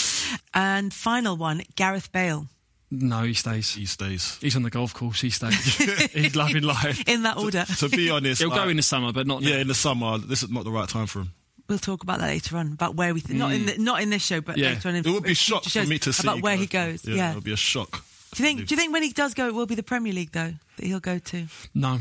[SPEAKER 2] And final one, Gareth Bale.
[SPEAKER 3] No, he stays.
[SPEAKER 4] He stays.
[SPEAKER 3] He's on the golf course. He stays. He's loving life.
[SPEAKER 2] In that order.
[SPEAKER 4] To be honest,
[SPEAKER 3] He'll go
[SPEAKER 4] like,
[SPEAKER 3] in the summer, but not.
[SPEAKER 4] yeah,
[SPEAKER 3] Yeah.
[SPEAKER 4] in the summer. This is not the right time for him.
[SPEAKER 2] We'll talk about that later on about where we th- not in the, not in this show, but
[SPEAKER 3] Yeah.
[SPEAKER 2] later on. In
[SPEAKER 4] Mm. It would be
[SPEAKER 2] in
[SPEAKER 4] shock
[SPEAKER 2] future
[SPEAKER 4] for
[SPEAKER 2] shows
[SPEAKER 4] me to see
[SPEAKER 2] about where he
[SPEAKER 4] Gareth.
[SPEAKER 2] goes. Yeah.
[SPEAKER 4] it would be a shock.
[SPEAKER 2] do you think? Do you think when he does go, it will be the Premier League though that he'll go to?
[SPEAKER 3] No.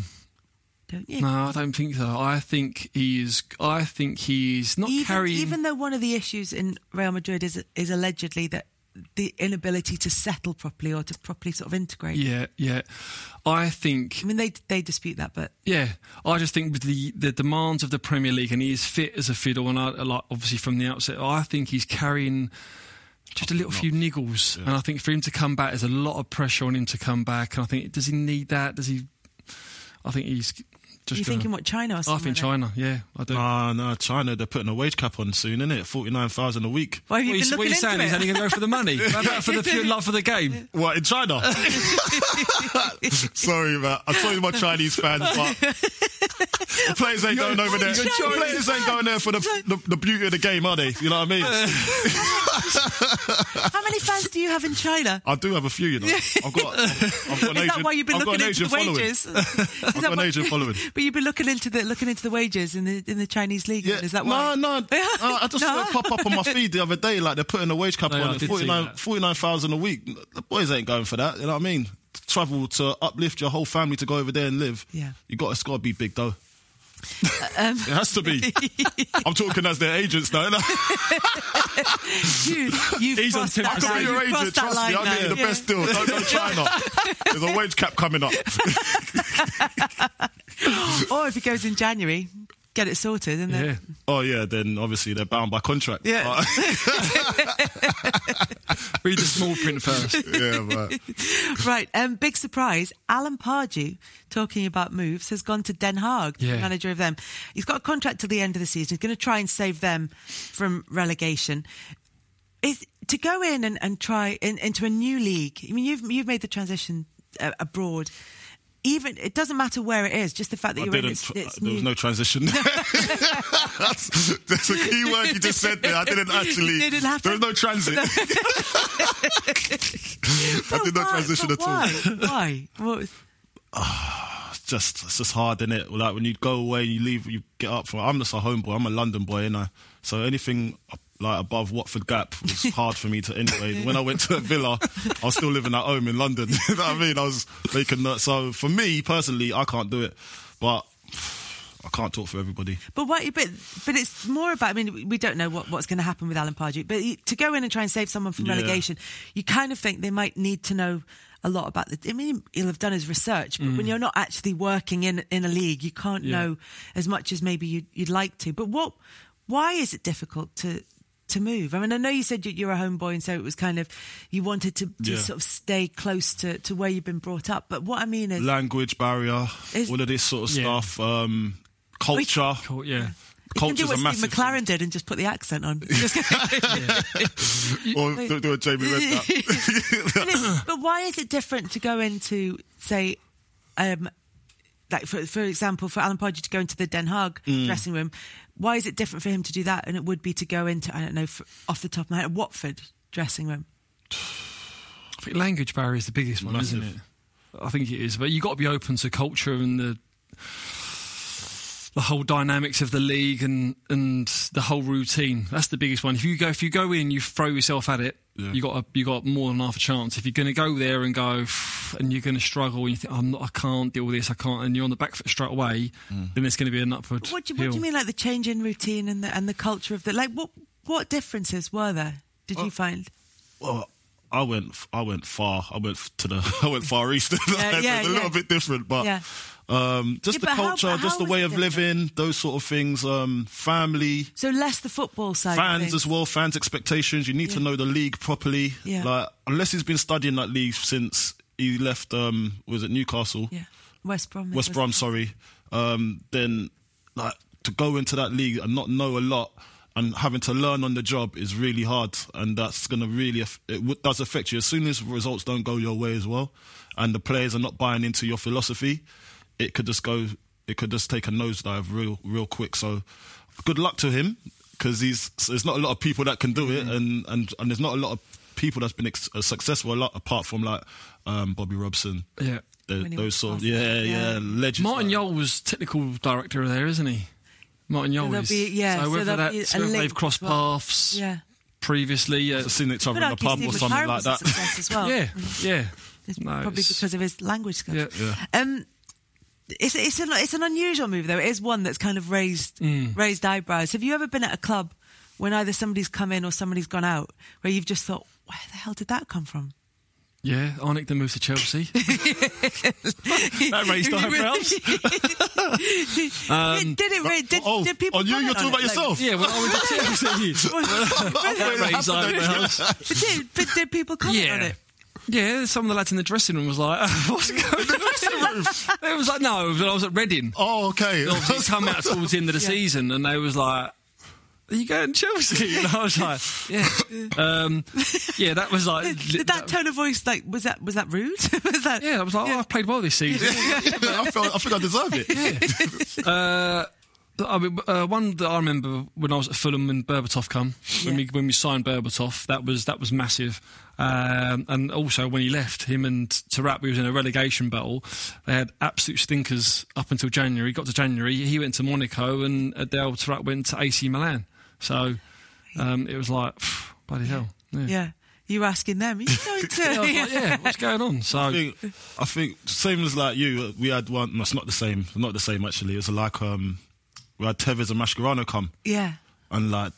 [SPEAKER 2] Don't you?
[SPEAKER 3] No, I don't think so. I think he is. I think he is not
[SPEAKER 2] even,
[SPEAKER 3] carrying.
[SPEAKER 2] even though one of the issues in Real Madrid is is allegedly that the inability to settle properly or to properly sort of integrate.
[SPEAKER 3] yeah, yeah. I think
[SPEAKER 2] I mean, they they dispute that, but
[SPEAKER 3] Yeah, I just think with the, the demands of the Premier League, and he is fit as a fiddle, and I, like obviously from the outset, I think he's carrying just a little few niggles, and I think for him to come back, there's a lot of pressure on him to come back, and I think does he need that? Does he? I think he's just.
[SPEAKER 2] you're
[SPEAKER 3] gonna-
[SPEAKER 2] thinking what China or
[SPEAKER 3] I
[SPEAKER 2] something?
[SPEAKER 3] think China. Yeah, I do.
[SPEAKER 4] Ah, no, China. They're putting a wage cap on soon, isn't it? Forty nine thousand a week.
[SPEAKER 2] Why have you
[SPEAKER 3] what
[SPEAKER 2] Oh, been
[SPEAKER 3] he's,
[SPEAKER 2] looking
[SPEAKER 3] what he's saying
[SPEAKER 2] into
[SPEAKER 3] is
[SPEAKER 2] it?
[SPEAKER 3] only going to go for the money, How about for the pure love for the game.
[SPEAKER 4] What in China? Sorry, man. I'm sorry, to my Chinese fans, but the players ain't going over there.
[SPEAKER 2] You're
[SPEAKER 4] The
[SPEAKER 2] Chinese Uh.
[SPEAKER 4] players ain't going there for the, the the beauty of the game, are they? You know what I mean?
[SPEAKER 2] How many fans do you have in China?
[SPEAKER 4] I do have a few, you know. I've got, I've
[SPEAKER 2] Is
[SPEAKER 4] got an Asian,
[SPEAKER 2] that why you've been
[SPEAKER 4] I've got
[SPEAKER 2] looking
[SPEAKER 4] an
[SPEAKER 2] into
[SPEAKER 4] Asian
[SPEAKER 2] the
[SPEAKER 4] following.
[SPEAKER 2] wages? Is that
[SPEAKER 4] got an
[SPEAKER 2] why-
[SPEAKER 4] Asian following.
[SPEAKER 2] But you've been looking into the looking into the wages in the in the Chinese league.
[SPEAKER 4] Yeah,
[SPEAKER 2] Is that
[SPEAKER 4] no,
[SPEAKER 2] why?
[SPEAKER 4] no, no. I just saw it pop up on my feed the other day. Like they're putting a wage cap
[SPEAKER 3] No, I
[SPEAKER 4] on
[SPEAKER 3] did
[SPEAKER 4] it,
[SPEAKER 3] see
[SPEAKER 4] 49
[SPEAKER 3] that.
[SPEAKER 4] 49,000 a week. The boys ain't going for that. You know what I mean? Travel to uplift your whole family to go over there and live.
[SPEAKER 2] Yeah. Uh, um,
[SPEAKER 4] you got it's got to be big though. it has to be. I'm talking as their agents now.
[SPEAKER 2] You, you've
[SPEAKER 3] He's on
[SPEAKER 2] crossed
[SPEAKER 3] Tim
[SPEAKER 2] that
[SPEAKER 3] Cook.
[SPEAKER 2] line.
[SPEAKER 4] I'm
[SPEAKER 2] You've
[SPEAKER 4] your agent.
[SPEAKER 2] crossed that
[SPEAKER 4] Trust me,
[SPEAKER 2] line
[SPEAKER 4] I'm
[SPEAKER 2] now.
[SPEAKER 4] getting the
[SPEAKER 2] Yeah.
[SPEAKER 4] best deal. Don't go to China. There's a wage cap coming up.
[SPEAKER 2] Or if he goes in January, get it sorted, and then
[SPEAKER 3] Yeah,
[SPEAKER 4] Oh yeah, then obviously they're bound by contract.
[SPEAKER 2] Yeah.
[SPEAKER 3] read the small print first.
[SPEAKER 4] yeah, but
[SPEAKER 2] right. Um, big surprise. Alan Pardew, talking about moves, has gone to Den Haag, the
[SPEAKER 3] Yeah.
[SPEAKER 2] manager of them. He's got a contract till the end of the season. He's going to try and save them from relegation. Is to go in and, and try in, into a new league. I mean, you've you've made the transition uh, abroad. Even it doesn't matter where it is. Just the fact that
[SPEAKER 4] I
[SPEAKER 2] you're in
[SPEAKER 4] didn't.
[SPEAKER 2] it's, it's
[SPEAKER 4] there was
[SPEAKER 2] new.
[SPEAKER 4] no transition. that's, that's a key word you just said there. I didn't actually.
[SPEAKER 2] It didn't happen.
[SPEAKER 4] there was no transit. I did
[SPEAKER 2] But
[SPEAKER 4] not
[SPEAKER 2] why-
[SPEAKER 4] transition
[SPEAKER 2] but
[SPEAKER 4] at all.
[SPEAKER 2] Why? why? What was-
[SPEAKER 4] It's just it's just hard, innit? Like when you go away, you leave, you get up from. I'm just a homeboy. I'm a London boy, and I so anything like above Watford Gap was hard for me to anyway. when I went to Villa, I was still living at home in London. you know what I mean? I was making that. So for me personally, I can't do it, but. I can't talk for everybody.
[SPEAKER 2] But why? But but it's more about. I mean, we don't know what, what's going to happen with Alan Pardew. But you- to go in and try and save someone from
[SPEAKER 4] Yeah.
[SPEAKER 2] relegation, you kind of think they might need to know a lot about the. I mean, he'll have done his research. But
[SPEAKER 4] Mm.
[SPEAKER 2] when you're not actually working in in a league, you can't
[SPEAKER 3] Yeah.
[SPEAKER 2] know as much as maybe you'd, you'd like to. But what? Why is it difficult to? To move. I mean, I know you said you- you're a homeboy, and so it was kind of you wanted to, to
[SPEAKER 4] Yeah.
[SPEAKER 2] sort of stay close to, to where you've been brought up. But what I mean is,
[SPEAKER 4] Language barrier,
[SPEAKER 2] Is-
[SPEAKER 4] all of this sort of
[SPEAKER 3] Yeah.
[SPEAKER 4] stuff, um, culture.
[SPEAKER 3] Cool, yeah.
[SPEAKER 2] you can do
[SPEAKER 4] Culture's
[SPEAKER 2] what
[SPEAKER 4] a massive.
[SPEAKER 2] Steve McLaren did and just put the accent on. Just
[SPEAKER 4] thing. Or do, do a Jamie Redknapp.
[SPEAKER 2] But it's- but why is it different to go into, say, um, like for for example, for Alan Pardew to go into the Den Haag
[SPEAKER 4] Mm.
[SPEAKER 2] dressing room? Why is it different for him to do that, and it would be to go into I don't know f off the top of my head Watford dressing room?
[SPEAKER 3] I think language barrier is the biggest one, isn't it?
[SPEAKER 4] Massive.
[SPEAKER 3] I think it is, but you've got to be open to culture and the the whole dynamics of the league and and the whole routine. That's the biggest one. If you go if you go in, you throw yourself at it. You got a, you got more than half a chance. If you're going to go there and go "Pff," and you're going to struggle, and you think I'm not, I can't deal with this, I can't, and you're on the back foot straight away, then it's going to be an upward.
[SPEAKER 2] What do you, what do
[SPEAKER 3] hill.
[SPEAKER 2] you mean, like the change in routine and the and the culture of the like? What what differences were there? Did you find?
[SPEAKER 4] well, I went, I went far. I went to the, I went far east.
[SPEAKER 2] Yeah, yeah,
[SPEAKER 4] it's a little
[SPEAKER 2] yeah.
[SPEAKER 4] bit different, but
[SPEAKER 2] Yeah.
[SPEAKER 4] um, just
[SPEAKER 2] Yeah,
[SPEAKER 4] the
[SPEAKER 2] but how-
[SPEAKER 4] culture,
[SPEAKER 2] how
[SPEAKER 4] just the
[SPEAKER 2] was
[SPEAKER 4] way
[SPEAKER 2] it
[SPEAKER 4] of
[SPEAKER 2] different?
[SPEAKER 4] living, those sort of things. Um, family,
[SPEAKER 2] So less the football side. of
[SPEAKER 4] fans
[SPEAKER 2] things.
[SPEAKER 4] as well, fans' expectations. You need to know the league properly.
[SPEAKER 2] Yeah.
[SPEAKER 4] Like unless he's been studying that league since he left, um, was it Newcastle?
[SPEAKER 2] Yeah, West Brom. it
[SPEAKER 4] West
[SPEAKER 2] was.
[SPEAKER 4] Brom, sorry, um, then like to go into that league and not know a lot and having to learn on the job is really hard, and that's going to really aff- it w- does affect you as soon as results don't go your way as well, and the players are not buying into your philosophy. It could just go. It could just take a nosedive real, real quick. So, good luck to him. because he's there's not a lot of people that can do it, and, and and there's not a lot of people that's been ex- uh, successful a lot apart from like um, Bobby Robson.
[SPEAKER 3] Yeah.
[SPEAKER 4] The-
[SPEAKER 2] When he
[SPEAKER 4] those
[SPEAKER 2] was
[SPEAKER 4] sort of
[SPEAKER 2] last-
[SPEAKER 4] yeah, yeah,
[SPEAKER 2] yeah.
[SPEAKER 4] legends.
[SPEAKER 3] Martin
[SPEAKER 4] like-
[SPEAKER 3] Yole was technical director there, isn't he? Martin Yole
[SPEAKER 2] there'll
[SPEAKER 3] is.
[SPEAKER 2] be- yeah,
[SPEAKER 3] so
[SPEAKER 2] so
[SPEAKER 3] whether
[SPEAKER 2] there'll be
[SPEAKER 3] that's
[SPEAKER 2] a
[SPEAKER 3] whether
[SPEAKER 2] link
[SPEAKER 3] they've crossed
[SPEAKER 2] as well.
[SPEAKER 3] paths
[SPEAKER 2] Yeah.
[SPEAKER 3] previously. Uh,
[SPEAKER 4] I've seen each
[SPEAKER 2] But
[SPEAKER 4] other in a
[SPEAKER 2] arguably
[SPEAKER 4] pub
[SPEAKER 2] Steve
[SPEAKER 4] or something
[SPEAKER 2] McLaren
[SPEAKER 4] like
[SPEAKER 2] was a
[SPEAKER 4] that.
[SPEAKER 2] success as well. Mm.
[SPEAKER 3] yeah, yeah.
[SPEAKER 2] It's
[SPEAKER 3] No,
[SPEAKER 2] probably
[SPEAKER 3] it's-
[SPEAKER 2] because of his language skills.
[SPEAKER 3] Yeah.
[SPEAKER 2] Um, it's it's an it's an unusual movie though. It is one that's kind of raised raised eyebrows. Have you ever been at a club when either somebody's come in or somebody's gone out where you've just thought, where the hell did that come from?
[SPEAKER 3] yeah. Arnick then moved to Chelsea.
[SPEAKER 4] That raised eyebrows.
[SPEAKER 2] did, did it? Really, did,
[SPEAKER 4] oh,
[SPEAKER 2] did people?
[SPEAKER 4] on you,
[SPEAKER 2] comment
[SPEAKER 4] you're talking
[SPEAKER 2] on it?
[SPEAKER 4] about yourself.
[SPEAKER 3] yeah, well, I went to Chelsea.
[SPEAKER 2] Like,
[SPEAKER 3] That raised eyebrows.
[SPEAKER 2] but, did, but did people comment on it?
[SPEAKER 3] Yeah, some of the lads in the dressing room was like, "What's going on?" it was like, "No, when I was at Reading,
[SPEAKER 4] Oh, okay.
[SPEAKER 3] obviously it's come out towards the end of the season, and they was like, "Are you going to Chelsea?" And I was like, "Yeah, um, yeah." That was like,
[SPEAKER 2] Did that tone of voice like was that was that rude? was that
[SPEAKER 3] yeah, I was like, oh, "I've played well this season."
[SPEAKER 4] I, felt, I think I deserve it.
[SPEAKER 3] I mean, uh, one that I remember when I was at Fulham and Berbatov come when we when we signed Berbatov, that was that was massive. Um, and also when he left, him and Tarap, we was in a relegation battle. They had absolute stinkers up until January. Got to January, he went to Monaco, and Adele Tarap went to AC Milan. So um, it was like phew, bloody hell. Yeah.
[SPEAKER 2] yeah. You were asking them. Are you going to?
[SPEAKER 3] I was like, yeah, what's going on?
[SPEAKER 4] I
[SPEAKER 3] So
[SPEAKER 4] think, I think same as like you, we had one. No, it's not the same. Not the same actually. It's like um, we had Tevez and Mascherano come,
[SPEAKER 2] Yeah.
[SPEAKER 4] and like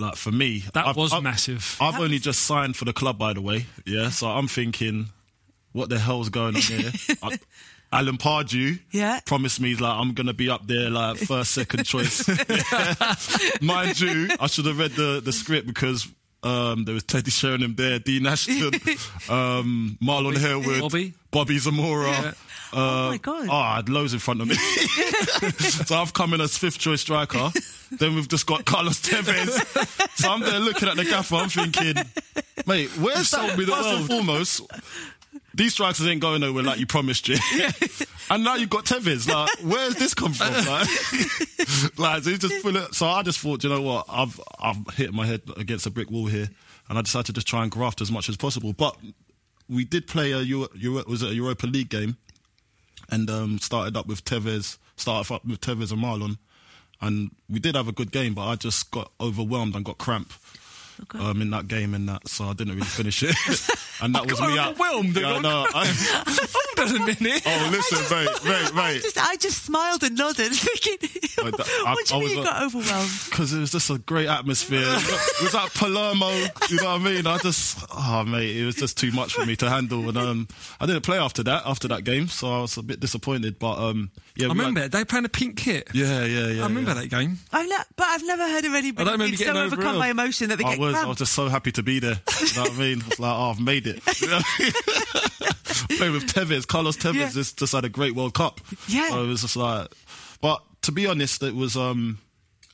[SPEAKER 4] like for me,
[SPEAKER 3] That
[SPEAKER 4] I've-
[SPEAKER 3] was
[SPEAKER 4] I've-
[SPEAKER 3] massive.
[SPEAKER 4] I've only just signed for the club, by the way. Yeah, so I'm thinking, what the hell's going on here? I, Alan Pardew
[SPEAKER 2] Yeah.
[SPEAKER 4] promised me like I'm gonna be up there like first, second choice. Mind you, I should have read the, the script because um, there was Teddy Sheringham there, Dean Ashton, um, Marlon Harewood,
[SPEAKER 3] Bobby.
[SPEAKER 4] Bobby Zamora.
[SPEAKER 2] oh my
[SPEAKER 4] Oh,
[SPEAKER 2] god.
[SPEAKER 4] I had loads in front of me. so I've come in as fifth choice striker. then we've just got Carlos Tevez. so I'm there looking at the gaffer. I'm thinking, mate, where's that? First and foremost, these strikers ain't going nowhere like you promised, Jim. and now you've got Tevez. Like, where's this come from? Like, like so, he's just full of, so I just thought, you know what? I've I've hit my head against a brick wall here, and I decided to just try and graft as much as possible. But we did play a Euro, Euro, was it a Europa League game, and um, started up with Tevez, started up with Tevez and Marlon, and we did have a good game, but I just got overwhelmed and got cramp. Um, in that game and that, so I didn't really finish it, and that was
[SPEAKER 3] got
[SPEAKER 4] me out.
[SPEAKER 3] overwhelmed and
[SPEAKER 4] Yeah, I
[SPEAKER 3] got
[SPEAKER 4] know. I-
[SPEAKER 3] hold on a minute.
[SPEAKER 4] oh, listen, mate, mate,
[SPEAKER 2] I
[SPEAKER 4] mate.
[SPEAKER 2] just, I just smiled and nodded, thinking,
[SPEAKER 4] Like that- I-
[SPEAKER 2] what do
[SPEAKER 4] I
[SPEAKER 2] you
[SPEAKER 4] was
[SPEAKER 2] mean you
[SPEAKER 4] like-
[SPEAKER 2] got overwhelmed?
[SPEAKER 4] because it was just a great atmosphere. it was at Palermo, you know what I mean? I just, oh mate, it was just too much for me to handle, and um, I didn't play after that after that game, so I was a bit disappointed. But um, yeah,
[SPEAKER 3] I
[SPEAKER 4] we
[SPEAKER 3] remember
[SPEAKER 4] had-
[SPEAKER 3] it. they playing a pink kit.
[SPEAKER 4] yeah, yeah, yeah.
[SPEAKER 3] I remember
[SPEAKER 4] yeah.
[SPEAKER 3] that game.
[SPEAKER 2] I've not, but I've never heard of anybody
[SPEAKER 3] I don't remember
[SPEAKER 2] being so
[SPEAKER 3] getting
[SPEAKER 2] overcome
[SPEAKER 3] overwhelmed.
[SPEAKER 2] by emotion that they
[SPEAKER 4] I
[SPEAKER 2] get
[SPEAKER 4] was, I was
[SPEAKER 2] cramped.
[SPEAKER 4] just so happy to be there. You know what I mean? I was like, oh, I've made it. Playing with Tevez, Carlos Tevez
[SPEAKER 2] Yeah.
[SPEAKER 4] just, just had a great World Cup.
[SPEAKER 2] Yeah.
[SPEAKER 4] So it was just like, but to be honest, it was um,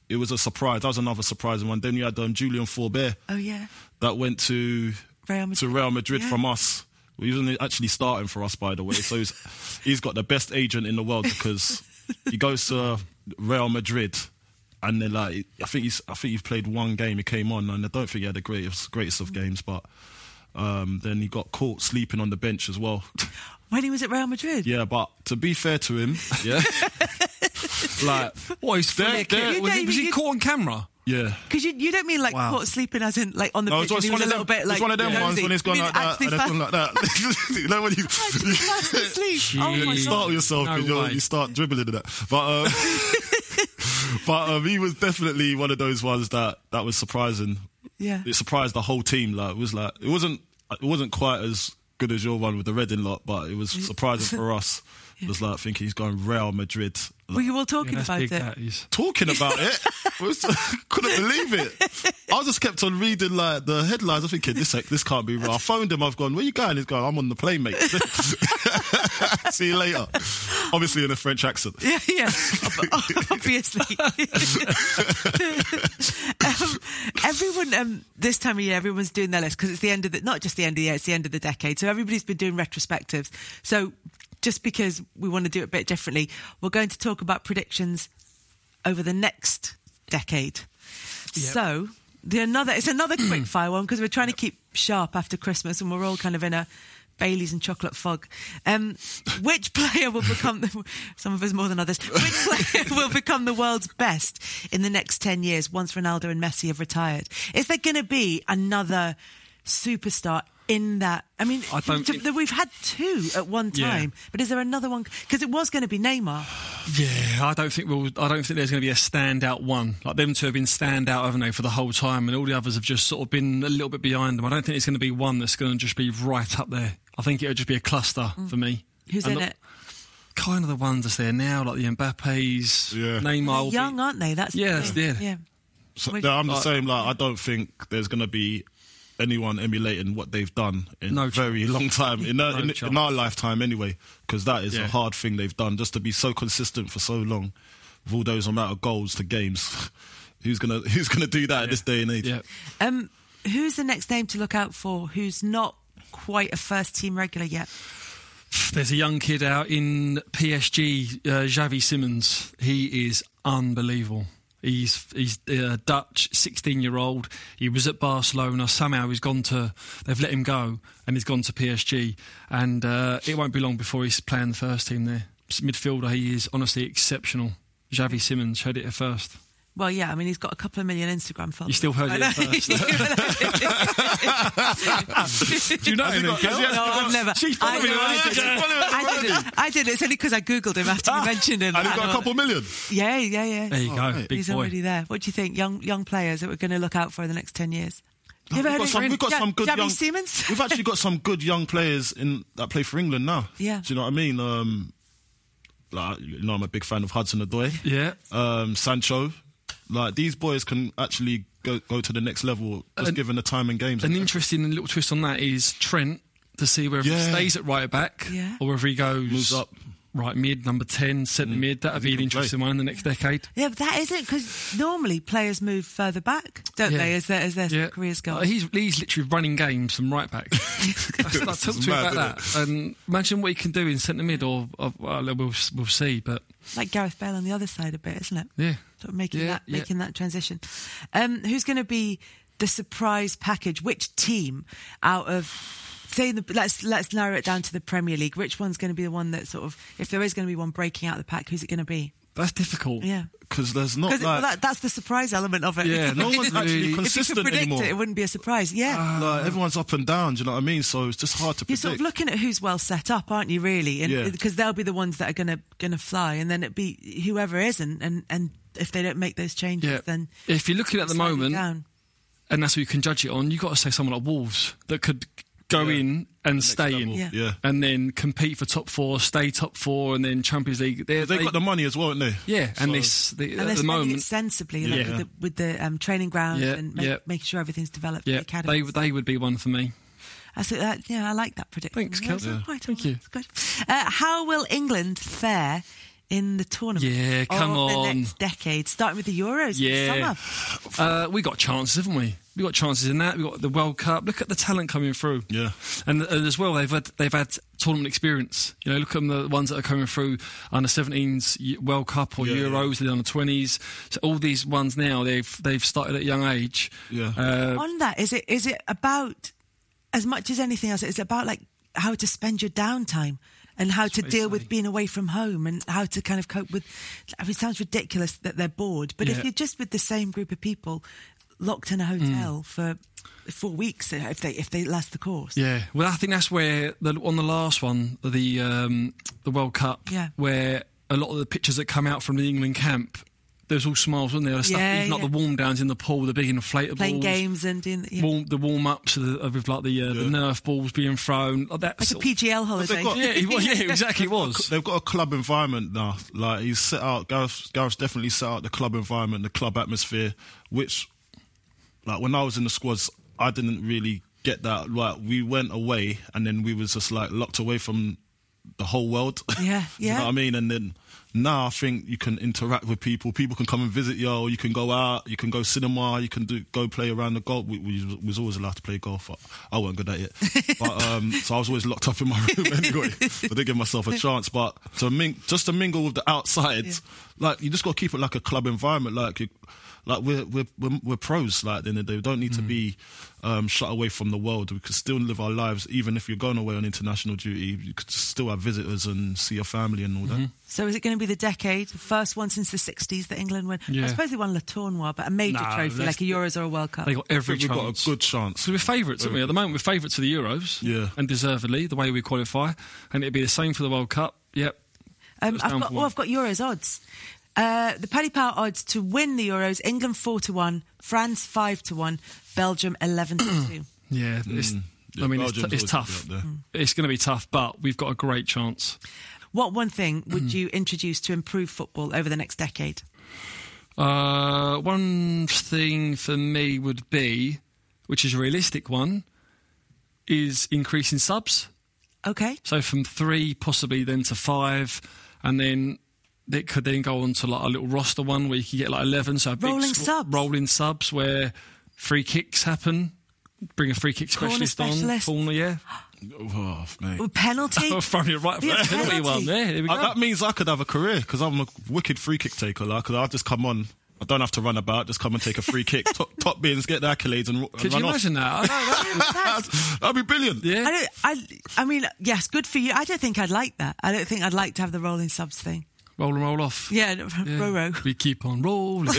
[SPEAKER 4] it was a surprise. That was another surprising one. Then you had um, Julian Forbert.
[SPEAKER 2] Oh yeah,
[SPEAKER 4] that went to
[SPEAKER 2] Real Madrid.
[SPEAKER 4] to Real Madrid
[SPEAKER 2] Yeah.
[SPEAKER 4] from us. Well, he wasn't actually starting for us, by the way. So he's, he's got the best agent in the world because he goes to Real Madrid, and they're like, I think he's, I think he's played one game. He came on, and I don't think he had the greatest greatest
[SPEAKER 2] Mm.
[SPEAKER 4] of games, but um, then he got caught sleeping on the bench as well.
[SPEAKER 2] when he was at Real Madrid.
[SPEAKER 4] yeah, but to be fair to him, yeah, like
[SPEAKER 3] What, he's
[SPEAKER 4] They're-
[SPEAKER 3] fully
[SPEAKER 4] they're-
[SPEAKER 3] kit. Was he, was he caught on camera?
[SPEAKER 4] yeah.
[SPEAKER 2] Because you, you don't mean like caught sleeping as in like on the
[SPEAKER 4] No,
[SPEAKER 2] pitch and
[SPEAKER 4] it's just
[SPEAKER 2] he
[SPEAKER 4] one
[SPEAKER 2] was a
[SPEAKER 4] of
[SPEAKER 2] little
[SPEAKER 4] them.
[SPEAKER 2] bit
[SPEAKER 4] it's
[SPEAKER 2] like
[SPEAKER 4] one of them ones
[SPEAKER 2] nosy.
[SPEAKER 4] when it's
[SPEAKER 2] You
[SPEAKER 4] gone
[SPEAKER 2] mean
[SPEAKER 4] like that,
[SPEAKER 2] actually
[SPEAKER 4] and it's
[SPEAKER 2] fa-
[SPEAKER 4] gone like that. you know when you
[SPEAKER 2] actually fast asleep. Oh my
[SPEAKER 3] Jeez.
[SPEAKER 4] start
[SPEAKER 2] god.
[SPEAKER 4] with yourself
[SPEAKER 3] No
[SPEAKER 4] because you're
[SPEAKER 3] way.
[SPEAKER 4] you start dribbling and that. But um, but um, he was definitely one of those ones that that was surprising.
[SPEAKER 2] Yeah.
[SPEAKER 4] it surprised the whole team. Like it was like it wasn't it wasn't quite as good as your one with the Reading lot, but it was surprising for us. It was like thinking he's going Real Madrid. Like,
[SPEAKER 2] Were you all talking
[SPEAKER 3] That's
[SPEAKER 2] about
[SPEAKER 3] big,
[SPEAKER 2] it?
[SPEAKER 3] that is.
[SPEAKER 4] talking about it. I was- couldn't believe it. I just kept on reading like the headlines. I'm thinking this this can't be real. I phoned him. I've gone, where you going? He's going, I'm on the plane, mate. See you later. Obviously in a French accent.
[SPEAKER 2] Yeah, yeah, ob- obviously. um, everyone, um, this time of year, everyone's doing their list because it's the end of the, not just the end of the year, it's the end of the decade. So everybody's been doing retrospectives. So just because we want to do it a bit differently, we're going to talk about predictions over the next decade. So the another it's another quick fire one because we're trying to keep sharp after Christmas and we're all kind of in a Bailey's and chocolate fog. Um, which player will become the, some of us more than others? Which player will become the world's best in the next ten years once Ronaldo and Messi have retired? Is there going to be another superstar? In that, I mean,
[SPEAKER 3] I don't
[SPEAKER 2] th-
[SPEAKER 3] think-
[SPEAKER 2] we've had two at one
[SPEAKER 3] Yeah.
[SPEAKER 2] time, but is there another one? Because it was going to be Neymar.
[SPEAKER 3] Yeah, I don't think we'll. I don't think there's going to be a standout one. Like them two have been standout, haven't they, for the whole time, and all the others have just sort of been a little bit behind them. I don't think it's going to be one that's going to just be right up there. I think it'll just be a cluster for me.
[SPEAKER 2] Mm. Who's
[SPEAKER 3] And
[SPEAKER 2] in
[SPEAKER 3] the-
[SPEAKER 2] it?
[SPEAKER 3] Kind of the ones that's there now, like the Mbappes,
[SPEAKER 4] Yeah.
[SPEAKER 3] Neymar. will
[SPEAKER 2] They're
[SPEAKER 3] be-
[SPEAKER 2] young, aren't they? That's the
[SPEAKER 3] Yeah, that's-
[SPEAKER 2] thing.
[SPEAKER 3] yeah.
[SPEAKER 4] So,
[SPEAKER 2] Wait,
[SPEAKER 4] no, I'm the
[SPEAKER 3] like-
[SPEAKER 4] same. Like, I don't think there's going to be anyone emulating what they've done in
[SPEAKER 3] No
[SPEAKER 4] a very long time in, our-
[SPEAKER 3] No
[SPEAKER 4] in, in
[SPEAKER 3] chance.
[SPEAKER 4] our lifetime, anyway. Because that is
[SPEAKER 3] Yeah.
[SPEAKER 4] a hard thing they've done just to be so consistent for so long with all those amount of goals to games. Who's gonna Who's gonna do that at this day and age?
[SPEAKER 3] Yeah,
[SPEAKER 2] Um, who's the next name to look out for? Who's not quite a first team regular yet?
[SPEAKER 3] there's a young kid out in PSG, uh, Xavi Simmons. He is unbelievable. He's he's a Dutch 16 year old. He was at Barcelona. Somehow he's gone to. They've let him go, and he's gone to PSG. And uh, it won't be long before he's playing the first team there. Midfielder, he is honestly exceptional. Xavi Simmons heard it at first.
[SPEAKER 2] Well, yeah, I mean, he's got a couple of million Instagram followers.
[SPEAKER 3] You still heard it at first. Do you know him?
[SPEAKER 2] No, I've never.
[SPEAKER 3] She's
[SPEAKER 2] I,
[SPEAKER 3] following
[SPEAKER 2] no,
[SPEAKER 3] him.
[SPEAKER 2] I
[SPEAKER 3] She's
[SPEAKER 2] didn't. I didn't. I didn't. It's only because I googled him after you mentioned him.
[SPEAKER 4] And they've got
[SPEAKER 2] And
[SPEAKER 4] a
[SPEAKER 2] I-
[SPEAKER 4] couple million.
[SPEAKER 2] Yeah, yeah, yeah.
[SPEAKER 3] There you go, big
[SPEAKER 2] Oh, he's
[SPEAKER 3] boy.
[SPEAKER 2] already there. What do you think, young young players that we're going to look out for in the next ten years? You
[SPEAKER 4] We've
[SPEAKER 2] ever heard
[SPEAKER 4] got,
[SPEAKER 2] of
[SPEAKER 4] some, we've got
[SPEAKER 2] Ja-
[SPEAKER 4] some good
[SPEAKER 2] Javi
[SPEAKER 4] young
[SPEAKER 2] Siemens?
[SPEAKER 4] We've actually got some good young players in that play for England now.
[SPEAKER 2] Yeah.
[SPEAKER 4] Do you know what I mean? Um, like, you know, I'm a big fan of Hudson Odoi.
[SPEAKER 3] Yeah.
[SPEAKER 4] um, Sancho. Like these boys can actually go, go to the next level just
[SPEAKER 3] And-
[SPEAKER 4] given the time and games.
[SPEAKER 3] An interesting little twist on that is Trent to see whether he
[SPEAKER 4] Yeah.
[SPEAKER 3] stays at right back
[SPEAKER 2] Yeah.
[SPEAKER 3] or whether he goes
[SPEAKER 4] Moves up. Mm.
[SPEAKER 3] right mid, number 10, centre mid. That'd be an
[SPEAKER 4] can play.
[SPEAKER 3] interesting one in the next decade.
[SPEAKER 2] Yeah, but that isn't because normally players move further back, don't
[SPEAKER 3] Yeah.
[SPEAKER 2] they? As their as their
[SPEAKER 3] Yeah.
[SPEAKER 2] careers go.
[SPEAKER 3] Uh, he's, he's literally running games from right back. That's- I talked to him
[SPEAKER 4] mad,
[SPEAKER 3] about that. And imagine what he can do in centre mid or, or well, we'll, we'll see. But
[SPEAKER 2] like Gareth Bale on the other side a bit, isn't it?
[SPEAKER 3] Yeah.
[SPEAKER 2] Sort of making
[SPEAKER 3] Yeah,
[SPEAKER 2] that
[SPEAKER 3] yeah.
[SPEAKER 2] making that transition. Um, who's going to be the surprise package? Which team out of say the, let's let's narrow it down to the Premier League. Which one's going to be the one that sort of if there is going to be one breaking out of the pack, who's it going to be?
[SPEAKER 3] that's difficult.
[SPEAKER 2] Yeah.
[SPEAKER 4] Because there's not
[SPEAKER 2] Because
[SPEAKER 4] like
[SPEAKER 2] that, that's the surprise element of it.
[SPEAKER 3] Yeah, no one's
[SPEAKER 4] actually
[SPEAKER 2] If you could
[SPEAKER 4] consistent
[SPEAKER 2] predict
[SPEAKER 4] anymore.
[SPEAKER 2] it, it wouldn't be a surprise.
[SPEAKER 3] Ah.
[SPEAKER 2] Yeah.
[SPEAKER 4] like, everyone's up and down. Do you know what I mean? So it's just hard to
[SPEAKER 2] You're
[SPEAKER 4] predict.
[SPEAKER 2] sort of looking at who's well set up, aren't you? Really,
[SPEAKER 4] Yeah.
[SPEAKER 2] and because they'll be the ones that are gonna gonna fly, and then it would be whoever isn't, and and if they don't make those changes,
[SPEAKER 3] Yeah.
[SPEAKER 2] then
[SPEAKER 3] If you're looking at the
[SPEAKER 2] slightly
[SPEAKER 3] moment,
[SPEAKER 2] down.
[SPEAKER 3] and that's what you can judge it on, you've got to say someone like Wolves that could go in and stay in.
[SPEAKER 2] Yeah.
[SPEAKER 4] Yeah.
[SPEAKER 3] And then compete for top four, stay top four, and then Champions League. They're,
[SPEAKER 4] They've got the money as well, haven't they?
[SPEAKER 3] Yeah, and this
[SPEAKER 2] and
[SPEAKER 3] the, at
[SPEAKER 2] they're spending
[SPEAKER 3] the
[SPEAKER 2] it
[SPEAKER 3] moment,
[SPEAKER 2] sensibly, like
[SPEAKER 3] Yeah.
[SPEAKER 2] with the, with the um, training ground
[SPEAKER 3] Yeah,
[SPEAKER 2] and make,
[SPEAKER 3] yeah.
[SPEAKER 2] making sure everything's developed.
[SPEAKER 3] yeah,
[SPEAKER 2] for the
[SPEAKER 3] they
[SPEAKER 2] academies.
[SPEAKER 3] they would be one for me.
[SPEAKER 2] I said that. Yeah, I like that prediction.
[SPEAKER 3] Thanks,
[SPEAKER 2] Yeah,
[SPEAKER 3] Kelsey.
[SPEAKER 2] it's all
[SPEAKER 3] Yeah.
[SPEAKER 2] right,
[SPEAKER 3] Thank
[SPEAKER 2] all right,
[SPEAKER 3] you.
[SPEAKER 2] it's Good. Uh, how will England fare in the tournament?
[SPEAKER 3] Yeah, come
[SPEAKER 2] of The
[SPEAKER 3] on.
[SPEAKER 2] next decade, starting with the Euros. In
[SPEAKER 3] Yeah,
[SPEAKER 2] the summer.
[SPEAKER 3] uh, we got chances, haven't we? We got chances in that. We got the World Cup. Look at the talent coming through.
[SPEAKER 4] Yeah.
[SPEAKER 3] and, and as well they've had they've had tournament experience. You know, look at the ones that are coming through under 17s World Cup or
[SPEAKER 4] Yeah,
[SPEAKER 3] Euros, the under 20s. So all these ones now they've they've started at a young age.
[SPEAKER 4] Yeah.
[SPEAKER 3] Uh,
[SPEAKER 2] on that is it is it about as much as anything else it's about like how to spend your downtime and how to
[SPEAKER 3] what I
[SPEAKER 2] deal
[SPEAKER 3] say.
[SPEAKER 2] with being away from home and how to kind of cope with I mean, it sounds ridiculous that they're bored but if
[SPEAKER 3] Yeah.
[SPEAKER 2] you're just with the same group of people locked in a hotel for four weeks uh, if they if they last the course
[SPEAKER 3] Mm. Yeah, well, I think that's where the, on the last one, the um, the World Cup,
[SPEAKER 2] Yeah.
[SPEAKER 3] where a lot of the pictures that come out from the England camp, there's all smiles, wasn't there? The stuff,
[SPEAKER 2] Yeah,
[SPEAKER 3] even like
[SPEAKER 2] yeah.
[SPEAKER 3] the warm downs in the pool, the big inflatables,
[SPEAKER 2] playing games and doing yeah,
[SPEAKER 3] warm, the warm ups with like the uh, the Nerf balls being thrown, like
[SPEAKER 2] like
[SPEAKER 3] that.
[SPEAKER 2] a
[SPEAKER 3] sort of-
[SPEAKER 2] PGL holiday
[SPEAKER 4] got-
[SPEAKER 3] yeah, it was, yeah, exactly, it was.
[SPEAKER 4] They've got a club environment now. Like he's set out. Gareth, Gareth's definitely set out the club environment, the club atmosphere, which, like when I was in the squads, I didn't really get that. Like we went away, and then we was just like locked away from the whole world.
[SPEAKER 2] Yeah,
[SPEAKER 4] you know
[SPEAKER 2] yeah.
[SPEAKER 4] what I mean. And then Now I think you can interact with people. People can come and visit you. Or you can go out. You can go cinema. You can do go play around the golf. We, we was always allowed to play golf. I, I wasn't good at it, but um, so I was always locked up in my room anyway. So I didn't give myself a chance. But to ming- just to mingle with the outside, like you just got to keep it like a club environment. Like you, like we're we're we're, we're pros. Like at the end of the day, we don't need to be um, shut away from the world. We could still live our lives, even if you're going away on international duty. You could still have visitors and see your family and all that.
[SPEAKER 3] Mm-hmm.
[SPEAKER 2] So is it going to be the decade, the first one since the 60s that England won? I
[SPEAKER 3] Yeah.
[SPEAKER 2] suppose they won La Tournois, but a major
[SPEAKER 3] Nah,
[SPEAKER 2] trophy, like
[SPEAKER 3] that's-
[SPEAKER 2] a Euros or a World Cup.
[SPEAKER 3] They got every
[SPEAKER 4] We've got
[SPEAKER 3] chance.
[SPEAKER 4] a good chance.
[SPEAKER 3] So we're favourites, aren't we? At the moment, we're favourites of the Euros.
[SPEAKER 4] Yeah.
[SPEAKER 3] And deservedly, the way we qualify. And it'd be the same for the World Cup. Yep.
[SPEAKER 2] Um,
[SPEAKER 3] It's
[SPEAKER 2] I've
[SPEAKER 3] down
[SPEAKER 2] got,
[SPEAKER 3] for
[SPEAKER 2] oh,
[SPEAKER 3] one.
[SPEAKER 2] I've got Euros odds. Uh, the Paddy Power odds to win the Euros: England four to one, France five to one, Belgium eleven to two.
[SPEAKER 3] Yeah. It's,
[SPEAKER 4] Hmm. Yeah,
[SPEAKER 3] I mean, it's,
[SPEAKER 4] Belgium's
[SPEAKER 3] it's
[SPEAKER 4] always gonna be
[SPEAKER 3] tough.
[SPEAKER 4] up there.
[SPEAKER 2] Hmm.
[SPEAKER 3] It's going to be tough, but we've got a great chance.
[SPEAKER 2] What one thing
[SPEAKER 3] Hmm.
[SPEAKER 2] would you introduce to improve football over the next decade?
[SPEAKER 3] Uh, one thing for me would be, which is a realistic one, is increasing subs.
[SPEAKER 2] Okay,
[SPEAKER 3] So from three, possibly then to five, and then it could then go on to like a little roster one where you could get like eleven. So a big
[SPEAKER 2] Rolling
[SPEAKER 3] squ-
[SPEAKER 2] subs.
[SPEAKER 3] rolling subs where free kicks happen. Bring a free kick
[SPEAKER 2] Corner
[SPEAKER 3] specialist,
[SPEAKER 2] specialist.
[SPEAKER 3] on corner, yeah.
[SPEAKER 4] Oh, mate.
[SPEAKER 2] With penalty.
[SPEAKER 3] Oh, from your right
[SPEAKER 2] Yeah,
[SPEAKER 3] foot penalty one
[SPEAKER 2] penalty.
[SPEAKER 3] there. Here we go.
[SPEAKER 4] Uh, that means I could have a career because I'm a wicked free kick taker. Like, 'cause I'll just come on. I don't have to run about. Just come and take a free kick. top, top bins, get the accolades, and, ru- and
[SPEAKER 3] could
[SPEAKER 4] run
[SPEAKER 3] you imagine that? I know, that?
[SPEAKER 2] Oh, That's-
[SPEAKER 4] off. That'd be brilliant.
[SPEAKER 3] Yeah.
[SPEAKER 2] I don't. I. I mean, yes, good for you. I don't think I'd like that. I don't think I'd like to have the rolling subs thing.
[SPEAKER 3] roll and roll off.
[SPEAKER 2] Yeah, no, row row.
[SPEAKER 3] We keep on rolling.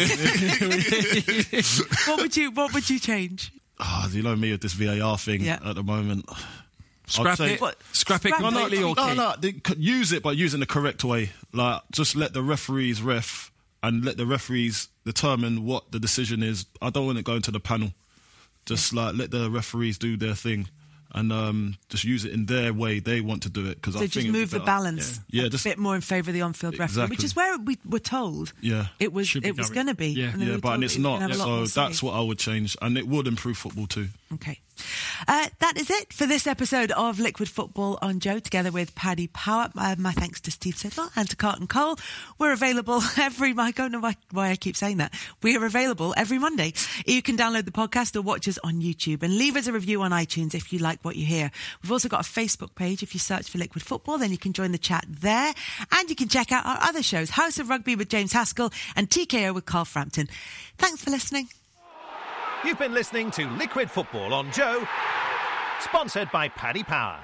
[SPEAKER 2] What would you? What would you change?
[SPEAKER 4] Ah, you know me with this VAR thing
[SPEAKER 2] Yeah.
[SPEAKER 4] at the moment.
[SPEAKER 3] Scrap
[SPEAKER 4] say-
[SPEAKER 3] it.
[SPEAKER 2] What?
[SPEAKER 3] Scrap it
[SPEAKER 2] Scrap it?
[SPEAKER 3] completely
[SPEAKER 2] No,
[SPEAKER 3] or
[SPEAKER 4] No,
[SPEAKER 3] keep.
[SPEAKER 4] no, they could use it, but use it in the correct way. Like, just let the referees ref and let the referees determine what the decision is. I don't want it going to the panel. Just like let the referees do their thing and um, just use it in their way they want to do it. Because
[SPEAKER 2] So
[SPEAKER 4] I think
[SPEAKER 2] just
[SPEAKER 4] it'd be
[SPEAKER 2] move the
[SPEAKER 4] better.
[SPEAKER 2] balance
[SPEAKER 4] Yeah,
[SPEAKER 2] a
[SPEAKER 4] just
[SPEAKER 2] bit more in favour of the on-field referee, which
[SPEAKER 4] Exactly.
[SPEAKER 2] is where we were told
[SPEAKER 4] Yeah.
[SPEAKER 2] it was
[SPEAKER 3] Should be
[SPEAKER 2] it was
[SPEAKER 3] going.
[SPEAKER 2] going to be.
[SPEAKER 3] Yeah.
[SPEAKER 2] then we
[SPEAKER 4] yeah,
[SPEAKER 2] were
[SPEAKER 4] but
[SPEAKER 2] told
[SPEAKER 4] and it's
[SPEAKER 2] we were gonna
[SPEAKER 4] not.
[SPEAKER 2] have a lot
[SPEAKER 4] So
[SPEAKER 2] more say.
[SPEAKER 4] that's what I would change, and it would improve football too.
[SPEAKER 2] Okay. Uh, that is it for this episode of Liquid Football on Joe, together with Paddy Power. Uh, my thanks to Steve Sidwell and to Carton Cole. We're available every, I don't know why, why I keep saying that. We are available every Monday. You can download the podcast or watch us on YouTube and leave us a review on iTunes if you like what you hear. We've also got a Facebook page. If you search for Liquid Football, then you can join the chat there. And you can check out our other shows, House of Rugby with James Haskell and TKO with Carl Frampton. Thanks for listening.
[SPEAKER 1] You've been listening to Liquid Football on Joe, sponsored by Paddy Power.